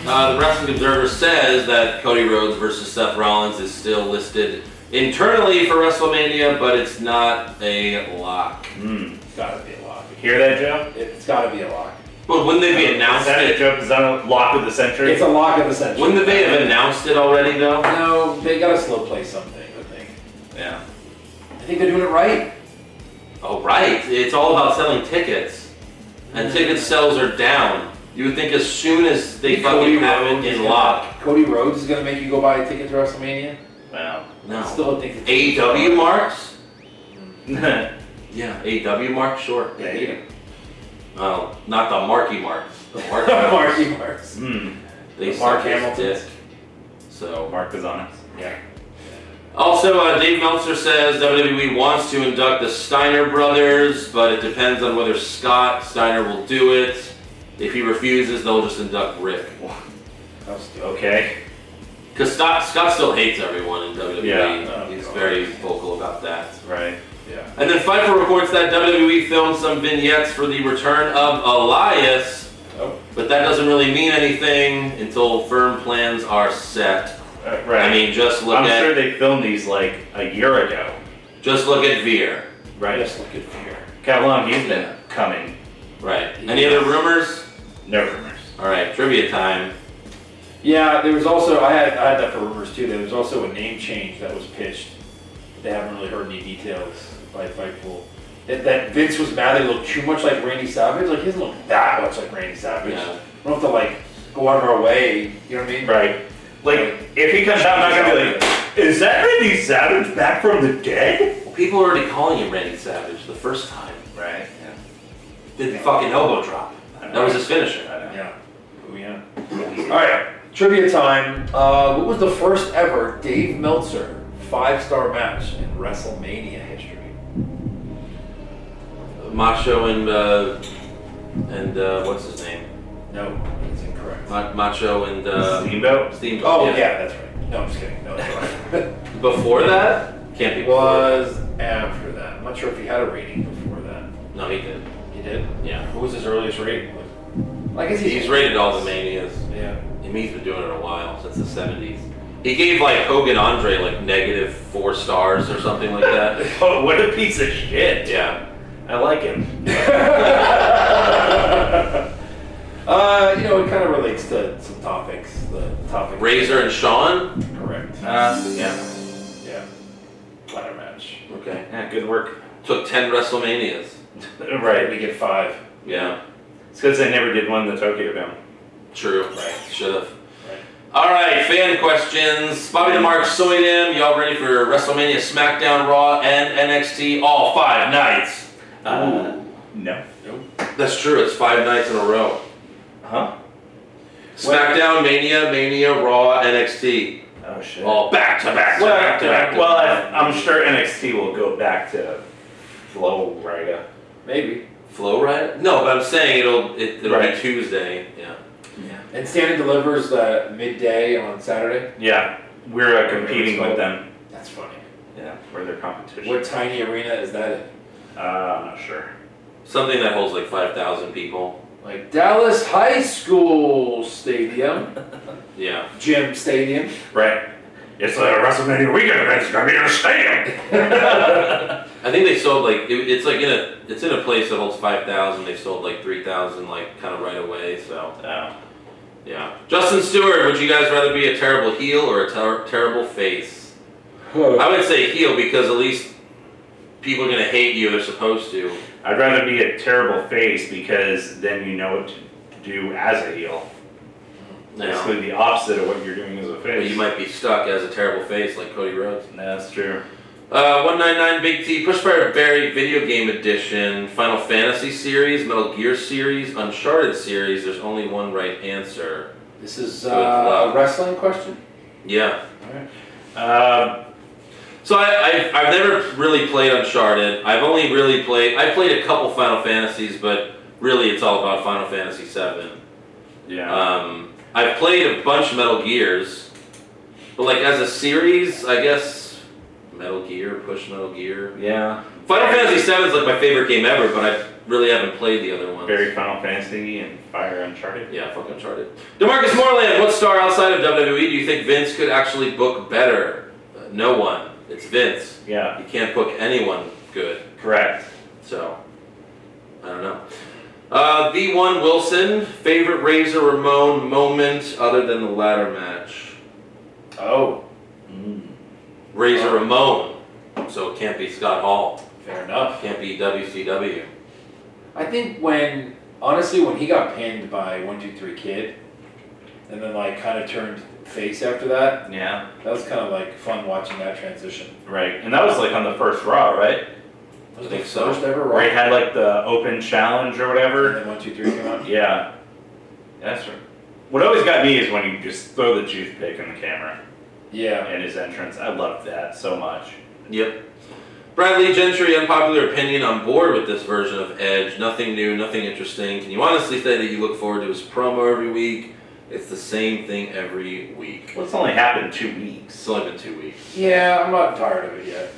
Uh, the Wrestling Observer says that Cody Rhodes versus Seth Rollins is still listed internally for WrestleMania, but it's not a lock.
Gotta be a lot.
Hear that, Joe?
It's got to be a lock.
But wouldn't they be announced
Is that a
it?
joke? Is that a lock of the century?
It's a lock of the century.
Wouldn't they have announced it already though?
No, they got to slow play something. I think.
Yeah.
I think they're doing it right.
Oh right. It's all about selling tickets. And ticket sales are down. You would think as soon as they fucking have it
is
in
gonna-
lock.
Cody Rhodes is gonna make you go buy a ticket to WrestleMania.
Wow.
I
No.
still think it's
AEW marks?
yeah,
Yeah, AEW marks, sure.
Yeah, yeah.
Oh, not the Marky Marks. The Marky Marks.
Marky Marks.
They
Mark
suck his
Hamilton.
dick. So
Mark is on it.
Yeah.
Also, uh, Dave Meltzer says WWE wants to induct the Steiner brothers, but it depends on whether Scott Steiner will do it. If he refuses, they'll just induct Rick.
That was dope.
Okay.
Because Scott, Scott still hates everyone in WWE.
Yeah.
He's very vocal about that.
Right.
Yeah.
And then Pfeiffer reports that WWE filmed some vignettes for the return of Elias,
Oh.
but that doesn't really mean anything until firm plans are set.
Uh, right.
I mean, just look
I'm
at
sure they filmed these like a year ago.
just look at Veer.
Right.
Just look at fear.
How long he's
Yeah.
been coming?
Right. Any other rumors?
No rumors.
All right, trivia time.
Yeah, there was also I had I had that for rumors too. There was also a name change that was pitched. They haven't really heard any details by Fightful. That, that Vince was mad they looked too much like Randy Savage. Like he doesn't look that much like Randy Savage.
Yeah.
We don't have to like go out of our way. You know what I mean?
Right. Like, if he comes out, I'm not gonna be like, is that Randy Savage back from the dead?
Well, people are already calling him Randy Savage the first time.
Right.
Did the fucking elbow drop? That was his finisher.
Yeah.
Yeah. Oh yeah. All right. Trivia time. Uh, what was the first ever Dave Meltzer five-star match in WrestleMania history?
Macho and uh, and uh, what's his name?
No, that's incorrect.
Ma- Macho and uh,
Steamboat.
Steamboat.
Oh yeah. that's right. No, I'm just kidding. No, that's right.
Before that, can't be.
It
Before.
uh,
was after that. I'm not sure if he had a rating before that.
that. No, he did.
He did?
Yeah.
What was his earliest rating? I guess he's,
He's rated all the manias.
Yeah.
I mean, he's been doing it a while since the '70s. He gave like Hogan Andre like negative four stars or something like that.
Oh, what a piece of shit.
Yeah.
I like him.
Uh, you know, it kind of relates to some topics. The topic.
Razor and Shawn.
Correct.
Uh, yeah.
Yeah. Ladder match.
Okay.
Yeah, good work.
Took ten WrestleManias.
right.
We get five.
Yeah.
It's because they never did one in the Tokyo Dome.
True.
Right.
Should have.
Right.
All right, fan questions. Bobby DeMarc, Soy Dem, y'all ready for WrestleMania, SmackDown, Raw, and NXT all five nights?
Uh, no.
That's true. It's five nights in a row.
Huh?
SmackDown, Mania, Mania, Raw, NXT,
Oh shit.
all back to back to
well,
back to back. to
well,
back.
I, I'm sure NXT will go back to Flow Rida.
Maybe.
Flow right? No, but I'm saying it'll it, it'll
Right.
be Tuesday. Yeah.
And Standing delivers uh, midday on Saturday.
Yeah, we're uh, competing with them.
That's funny.
Yeah, we're their competition.
What tiny arena is that in?
Uh, I'm not sure.
Something that holds like five thousand people.
Like Dallas High School Stadium,
Yeah.
Gym Stadium.
Right. It's a WrestleMania weekend event. It's gonna be in a stadium.
I think they sold like it, it's like in a it's in a place that holds five thousand. They sold like three thousand like kind of right away. So.
Oh,
Yeah. Justin Stewart, would you guys rather be a terrible heel or a ter- terrible face? I would say heel because at least people are going to hate you. They're supposed to.
I'd rather be a terrible face because then you know what to do as a heel.
Now,
Basically, the opposite of what you're doing as a
but
face.
you might be stuck as a terrible face like Cody Rhodes.
No, That's true.
Uh, 199 Big T, Push Fire Barry Video Game Edition, Final Fantasy series, Metal Gear series, Uncharted series. There's only one right answer.
This is
Good
uh,
luck.
a wrestling question.
Yeah.
Uh,
So I, I, I've never really played Uncharted. I've only really played. I played a couple Final Fantasies, but really it's all about Final Fantasy VII.
yeah.
Um, I've played a bunch of Metal Gears, but like as a series, I guess Metal Gear, push Metal Gear.
yeah.
Final Fantasy VII is like my favorite game ever, but I really haven't played the other ones.
Very Final Fantasy and Fire Uncharted.
Yeah, fuck Uncharted. Demarcus Moreland, what star outside of WWE do you think Vince could actually book better? Uh, no one. It's Vince.
Yeah.
You can't book anyone good.
Correct.
So, I don't know. Uh, V1 Wilson, favorite Razor Ramon moment other than the ladder match?
Oh,
Razor Ramon. So it can't be Scott Hall.
fair enough.
Can't be WCW.
I think when honestly when he got pinned by one two three kid, and then like kind of turned face after that,
Yeah,
that was kind of like fun watching that transition.
right. And that was like on the first Raw, right?
That was
I
the
think so.
first ever
Where he
Raw.
had like the open challenge or
And
whatever.
then one two three came out.
Yeah, that's right. What always got me is when you just throw the toothpick in the camera
Yeah.
and his entrance. I loved that so much.
Yep. Bradley Gentry, unpopular opinion, on board with this version of Edge. Nothing new, nothing interesting. Can you honestly say that you look forward to his promo every week? It's the same thing every week.
Well, it's only happened two weeks.
It's only been two weeks.
Yeah, I'm not tired of it yet.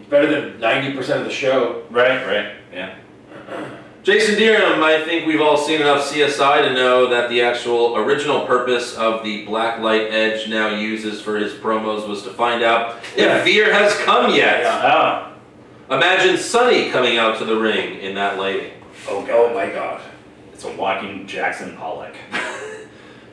It's better than 90% of the show.
Right, right, yeah.
Jason Deerham, I think we've all seen enough CSI to know that the actual original purpose of the Blacklight Edge now uses for his promos was to find out
Yeah.
if fear has come yet.
Yeah.
Oh,
Imagine Sonny coming out to the ring in that lighting.
oh god,
Oh my god.
it's a walking Jackson Pollock.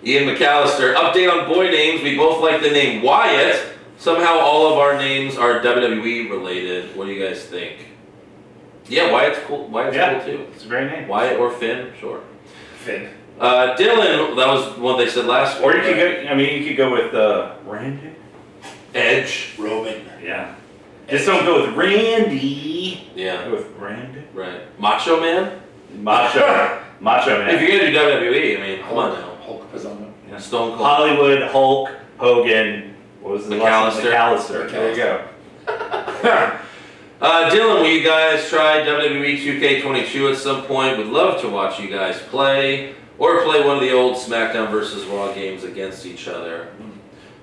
Ian McAllister, update on boy names. We both like the name Wyatt. Somehow all of our names are WWE related. What do you guys think? Yeah, Wyatt's cool. Wyatt's
Yeah.
cool too.
It's a very name.
Wyatt or Finn, sure.
Finn.
Uh, Dylan, that was one they said last
Or you
week.
could go. I mean, you could go with uh, Randy.
Edge.
Roman.
Yeah. Just don't go with Randy.
Yeah,
Go with Randy.
right. Macho Man?
Macho. Macho
If
Man.
you're gonna do WWE, I mean, come on now.
Hulk Pazama.
Yeah.
Stone Cold.
Hollywood Hulk Hogan. What was the last name?
McAllister.
McAllister. There you go.
Uh, Dylan, will you guys try E WWE 2K22 at some point? Would love to watch you guys play or play one of the old SmackDown versus Raw games against each other.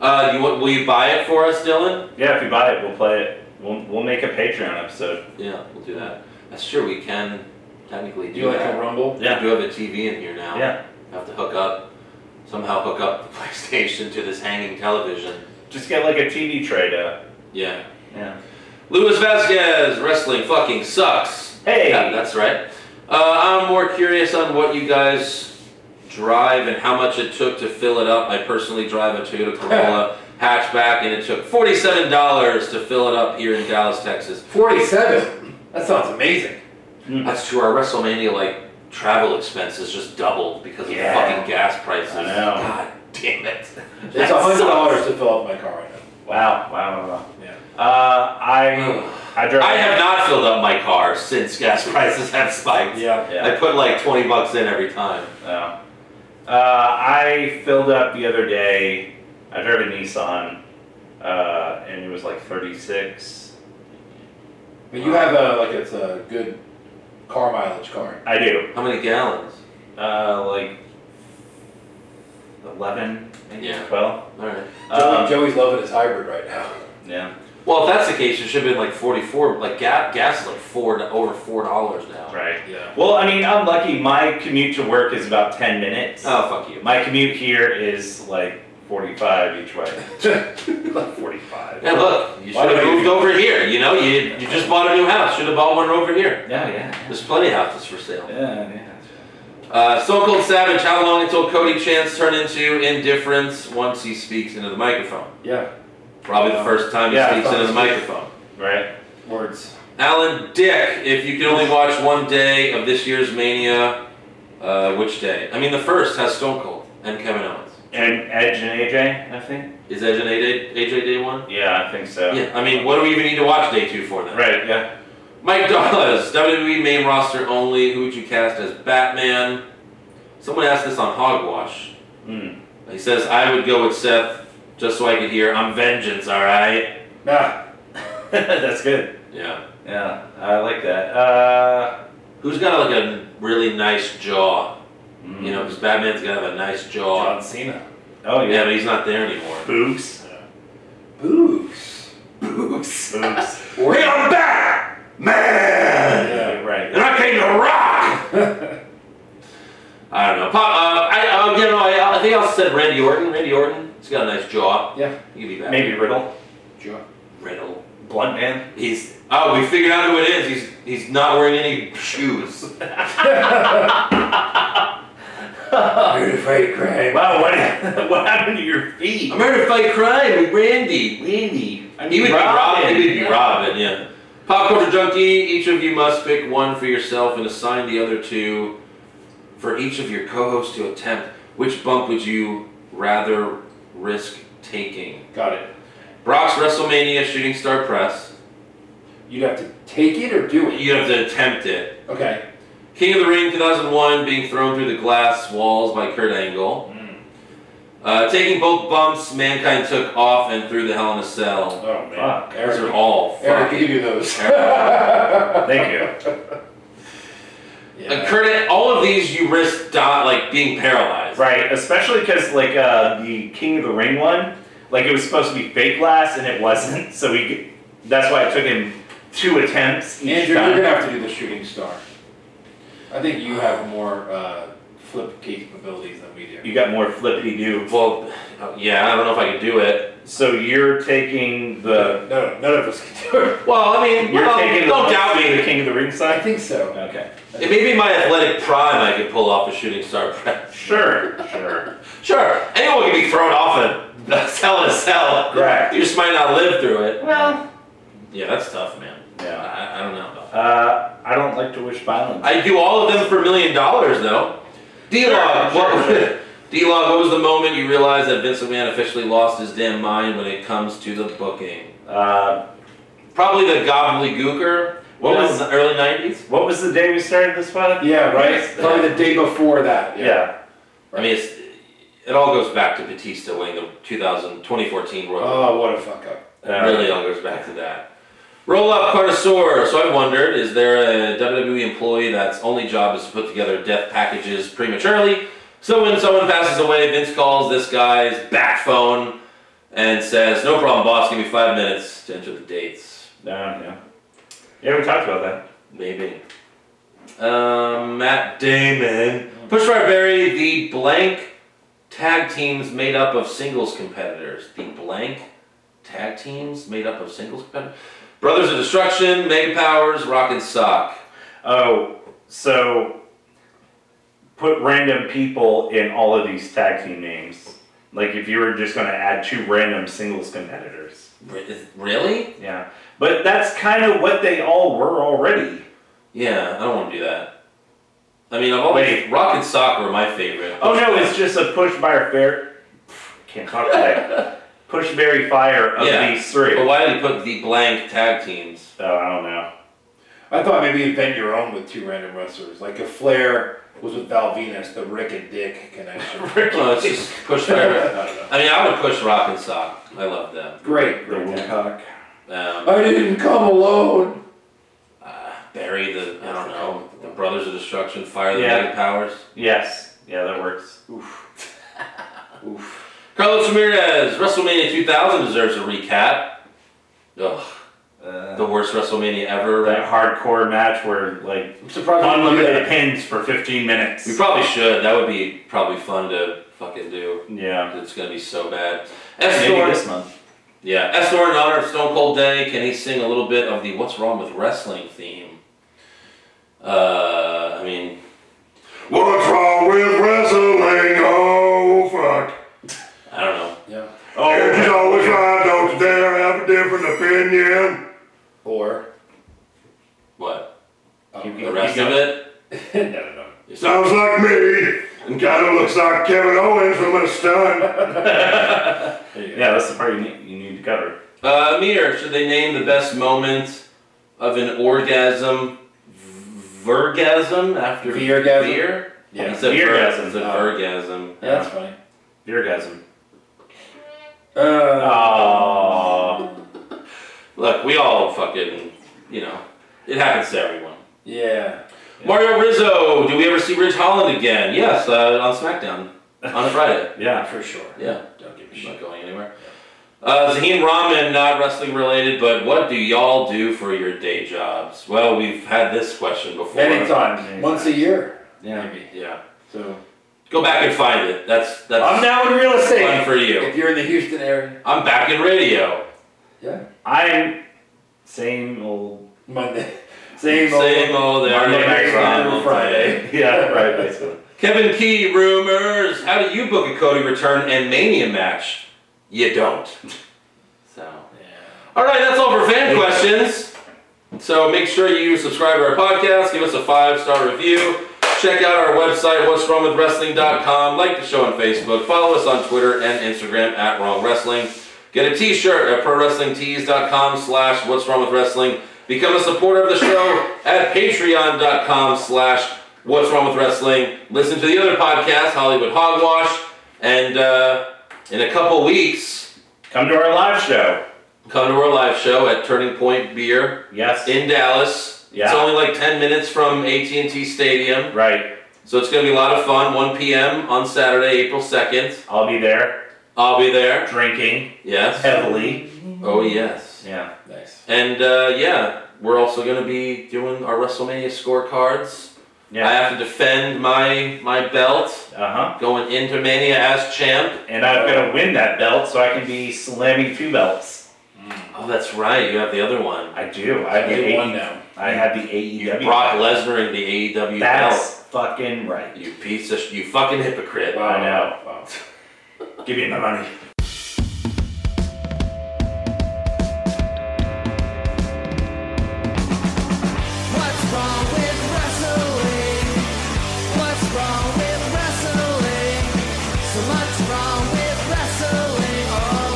Uh, you want, will you buy it for us, Dylan?
Yeah, if you buy it, we'll play it. We'll, we'll make a Patreon episode.
Yeah, we'll do that. That's sure we can technically
Do
do
you like
that.
a rumble?
We do have a TV in here now.
Yeah.
Have to hook up somehow hook up the PlayStation to this hanging television.
Just get like a TV trade uh, up.
Yeah.
Yeah.
Luis Vasquez, wrestling fucking sucks.
Hey.
Yeah, that's right. Uh, I'm more curious on what you guys drive and how much it took to fill it up. I personally drive a Toyota Corolla hatchback, and it took forty-seven dollars to fill it up here in Dallas, Texas.
47. That sounds amazing.
Hmm.
That's true. Our WrestleMania like travel expenses just doubled because of
Yeah.
the fucking gas prices.
I know.
God damn it.
It's a hundred dollars to fill up my car right
Wow. Wow. Wow.
now. Yeah.
wow. Uh, I I drove.
I have not filled up my car since gas prices have spiked.
Yeah.
I put like twenty bucks in every time.
Oh. Uh, I filled up the other day. I drove a Nissan, uh, and it was like 36.
But you have a like it's a good car mileage car.
I do.
How many gallons?
Uh, like 11, maybe
Yeah.
12.
All right.
Joey,
Um,
Joey's loving his hybrid right now.
yeah,
Well, if that's the case, it should have been like forty-four. Like gas, gas is like four over four dollars now.
right.
Yeah.
Well, I mean, I'm lucky. My commute to work is about 10 minutes.
Oh fuck you.
My commute here is like 45 each way. like 45.
And look, you
Why
should have
do you-
moved over here. You know, you you just bought a new house. Should have bought one over here.
Yeah, yeah.
There's plenty of houses for sale.
Yeah, yeah.
Uh, so Cold Savage, how long until Cody Chance turn into indifference once he speaks into the microphone?
Yeah.
Probably the first time he
Uh, Yeah, I
speaks
thought
into the
it was-
microphone.
Right?
Words.
Alan Dick, if you could only watch one day of this year's Mania, uh, which day? I mean, the first has Stone Cold and Kevin Owens.
And Edge and AJ, I think.
Is Edge and AJ, AJ day one?
Yeah, I think so.
Yeah, I mean, what do we even need to watch day two for then?
Right, yeah.
Mike Douglas, WWE E main roster only. Who would you cast as Batman? Someone asked this on Hogwash.
Mm.
He says, I would go with Seth just so I could hear, I'm vengeance, alright?
Nah.
That's good.
Yeah.
Yeah, I like that. Uh,
Who's got like a really nice jaw?
mm.
You know, because Batman's got to have a nice jaw.
John Cena.
Oh
Yeah,
yeah.
but he's not there anymore.
Boogs.
Boogs. Boogs.
Boogs.
Or,
Hey, I'm back, man.
yeah.
Right.
And I came to rock! I don't know. Pop, uh, I, uh, you know, I, I think I said Randy Orton. Randy Orton, he's got a nice jaw.
Yeah.
He could be Batman.
Maybe Riddle.
Sure.
Riddle.
Blunt man.
He's Oh, we figured out who it is. He's he's not wearing any shoes.
I'm here to fight crime.
Wow, what, what happened to your feet?
I'm here to fight crime with Randy. Randy.
I
he would
mean,
be
Robin.
Robin. He would be Robin, yeah. Pop culture junkie, each of you must pick one for yourself and assign the other two for each of your co hosts to attempt. Which bump would you rather risk taking?
Got it.
Brock's WrestleMania Shooting Star Press.
You'd have to take it or do it.
You have to attempt it.
Okay.
King of the Ring 2001 being thrown through the glass walls by Kurt Angle.
Hmm.
Uh, taking both bumps, Mankind took off and threw the Hell in a Cell.
Oh man.
Fuck.
Those
Eric,
are all
Eric, you
fucking.
do those.
Thank you.
Uh, Kurt, all of these you risk dot like being paralyzed.
Right, especially because like uh, the King of the Ring one, like it was supposed to be fake glass and it wasn't, so we. g- That's why it took him two attempts each
Andrew,
time.
you're gonna have to do the shooting star. I think you have more uh, flip capabilities than we do.
You got more flippity do.
Well, uh, yeah, I don't know if I can do it.
So you're taking the.
No, no, none of us can do it.
Well, I mean,
You're
well,
taking
don't
the,
doubt
the
me.
King of the Ring
I
side.
think so.
Okay.
It may be my athletic prime I could pull off a shooting star press.
Sure. Sure.
Sure, anyone can be thrown off a, a cell in a cell.
Correct.
You just might not live through it.
Well.
Yeah, that's tough, man.
Yeah.
I, I don't know about that.
Uh, I don't like to wish violence.
I do all of them for a million dollars, though. D-Log,
Sure,
what,
sure, sure.
D-Log, what was the moment you realized that Vince McMahon officially lost his damn mind when it comes to the booking?
Uh,
Probably the gobbledygooker.
What
you know,
was-
in the early '90s?
what was the day we started this one?
Yeah, right. Probably the day before that.
Yeah.
I mean, it's, it all goes back to Batista winning the 2000, 2014 Royal.
Oh, what a fuck up.
Uh,
really all goes back to that. Roll up connoisseur. So I wondered, is there a WWE employee that's only job is to put together death packages prematurely? So when someone passes away, Vince calls this guy's back phone and says, "No problem, boss. Give me five minutes to enter the dates."
No, no. Yeah, we talked about that.
Maybe. Um, Matt Damon. Push Barberry, the blank tag teams made up of singles competitors. The blank tag teams made up of singles competitors. Brothers of Destruction, Mega Powers, Rock and Sock.
Oh, so put random people in all of these tag team names. Like if you were just going to add two random singles competitors.
R- is- Really?
Yeah. But that's kind of what they all were already.
Yeah, I don't want to do that. I mean, I've always
Wait.
Rock and Sock were my favorite.
Oh no, it's just a push by a fair. Can't talk today. push berry fire of
Yeah.
these three.
But
Oh,
why did he put the blank tag teams?
I don't know.
I thought maybe invent your own with two random wrestlers. Like if Flair was with Val Venus, the Rick and Dick connection.
Well, it's just push
I
Barberry.
don't know.
I mean, I would push Rock and Sock. I love them.
Great,
The
great. tag.
Woodcock.
Um,
I didn't come alone.
bury the I don't know the Brothers of Destruction, fire the
Yeah.
Mega Powers.
Yes. Yeah, that works.
Carlos Ramirez, WrestleMania 2000 deserves a recap. Ugh,
Uh,
the worst WrestleMania ever.
that
Right?
hardcore match where like
I'm surprised. we didn't do
unlimited
that.
pins for 15 minutes.
We probably should. That would be probably fun to fucking do.
yeah.
It's gonna be so bad. S
Maybe
Thorne,
this month.
yeah. S Thorne in honor of Stone Cold Day. Can he sing a little bit of the "What's Wrong with Wrestling" theme? Uh, I mean,
What's wrong with wrestling? Oh, fuck.
I don't know.
Yeah.
It's always right, don't you dare have a different opinion.
Or
What
um,
Keep
the
You
rest of
got-
it?
no, no, no.
Sounds like me. Kinda looks like Kevin Owens from a stunt.
There you go.
Yeah, that's the part you need, you need to cover.
Uh, Amir, should they name the best moment of an orgasm v- vergasm after
Veergasm?
Veer?
Yeah.
Instead of
Veergasm.
vergasm. Instead
Oh.
of vergasm.
Yeah, that's funny.
Beergasm.
Uh,
Ah. Oh.
Look, we all fucking, you know, it happens to everyone.
yeah.
Mario Rizzo, do we ever see Ridge Holland again? Yes, uh, on SmackDown on Friday.
Yeah.
For sure.
Yeah,
Don't give a
he's
shit.
not going anywhere. Uh, Zaheen Rahman, not wrestling related, but what do y'all do for your day jobs? Well, we've had this question before.
Many times.
Many
Once a year.
Yeah.
Maybe.
Yeah.
So.
Go back and find it. That's that's
I'm now in real
fun
estate.
for you.
If you're in the Houston area.
I'm back in radio.
Yeah.
I'm Same old.
Monday. Same old.
Same old
Monday
every
night
time
through
on
Friday.
Yeah, right, basically.
Kevin Key rumors. How do you book a Cody return and Mania match? You don't. So. All right, that's all for fan questions. So make sure you subscribe to our podcast, give us a five star review, check out our website, what's wrong with wrestling.com, like the show on Facebook, follow us on Twitter and Instagram at wrong wrestling. Get a t shirt at pro wrestlingtees.com slash what's wrong with wrestling. Become a supporter of the show at patreon.com slash what's wrong with wrestling. Listen to the other podcast, Hollywood Hogwash, and uh, in a couple weeks,
Come to our live show.
come to our live show at Turning Point Beer
Yes.
in Dallas. It's
Yeah.
only like 10 minutes from AT&T Stadium,
right.
so it's going to be a lot of fun. 1 p.m. on Saturday, April 2nd.
I'll be there
I'll be there.
drinking
Yes.
heavily.
Oh, yes.
Yeah.
Nice.
And uh, yeah, we're also going to be doing our WrestleMania scorecards. I
Yeah.
have to defend my my belt
Uh huh.
going into Mania as champ.
And I'm gonna win that belt, so I can be slamming two belts.
Oh, that's right. You have the other one.
I do. I have the
You won
AE
now.
I have the AEW.
Brock Lesnar in the AEW
That's fucking right.
belt. You piece of sh- you fucking hypocrite.
I know. Give me my money.
What's wrong with wrestling? What's wrong with wrestling? So much wrong with wrestling. Oh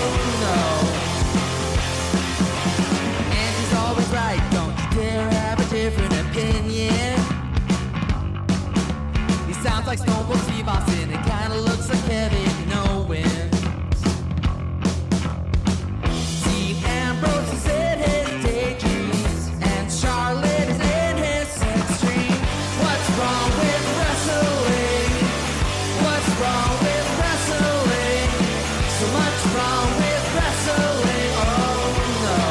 no. And he's always right. Don't you dare have a different opinion. He sounds like Stone Cold Steve Austin. It kinda looks like Kevin Owens. Dean Ambrose is in his daydreams, and Charlotte is in his sex dream. What's wrong with wrestling? What's wrong with wrestling? So much wrong with wrestling. Oh no.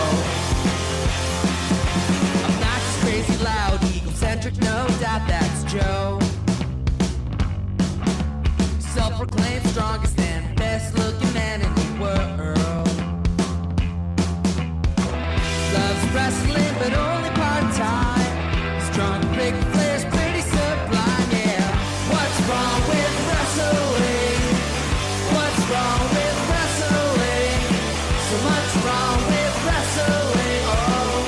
I'm not just crazy loud, egocentric, no doubt that's Joe. Self-proclaimed strongest and best-looking man in the world. Loves wrestling, but only part-time. His drunk big flair's pretty sublime, yeah. What's wrong with wrestling? What's wrong with wrestling? So much wrong with wrestling, oh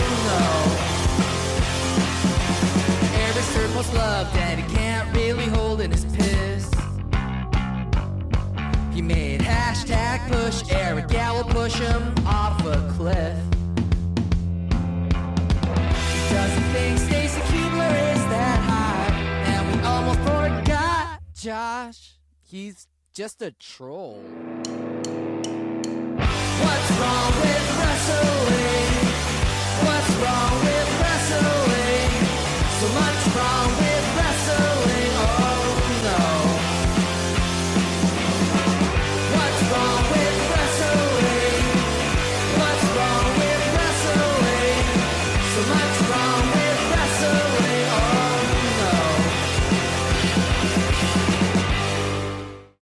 no. Every circle's love that he can't really hold in his piss. He made hashtag push Eric Gallo push him off a cliff. He doesn't think Stacy Kubler is that hot, and we almost forgot Josh. He's just a troll. What's wrong with wrestling? Oh,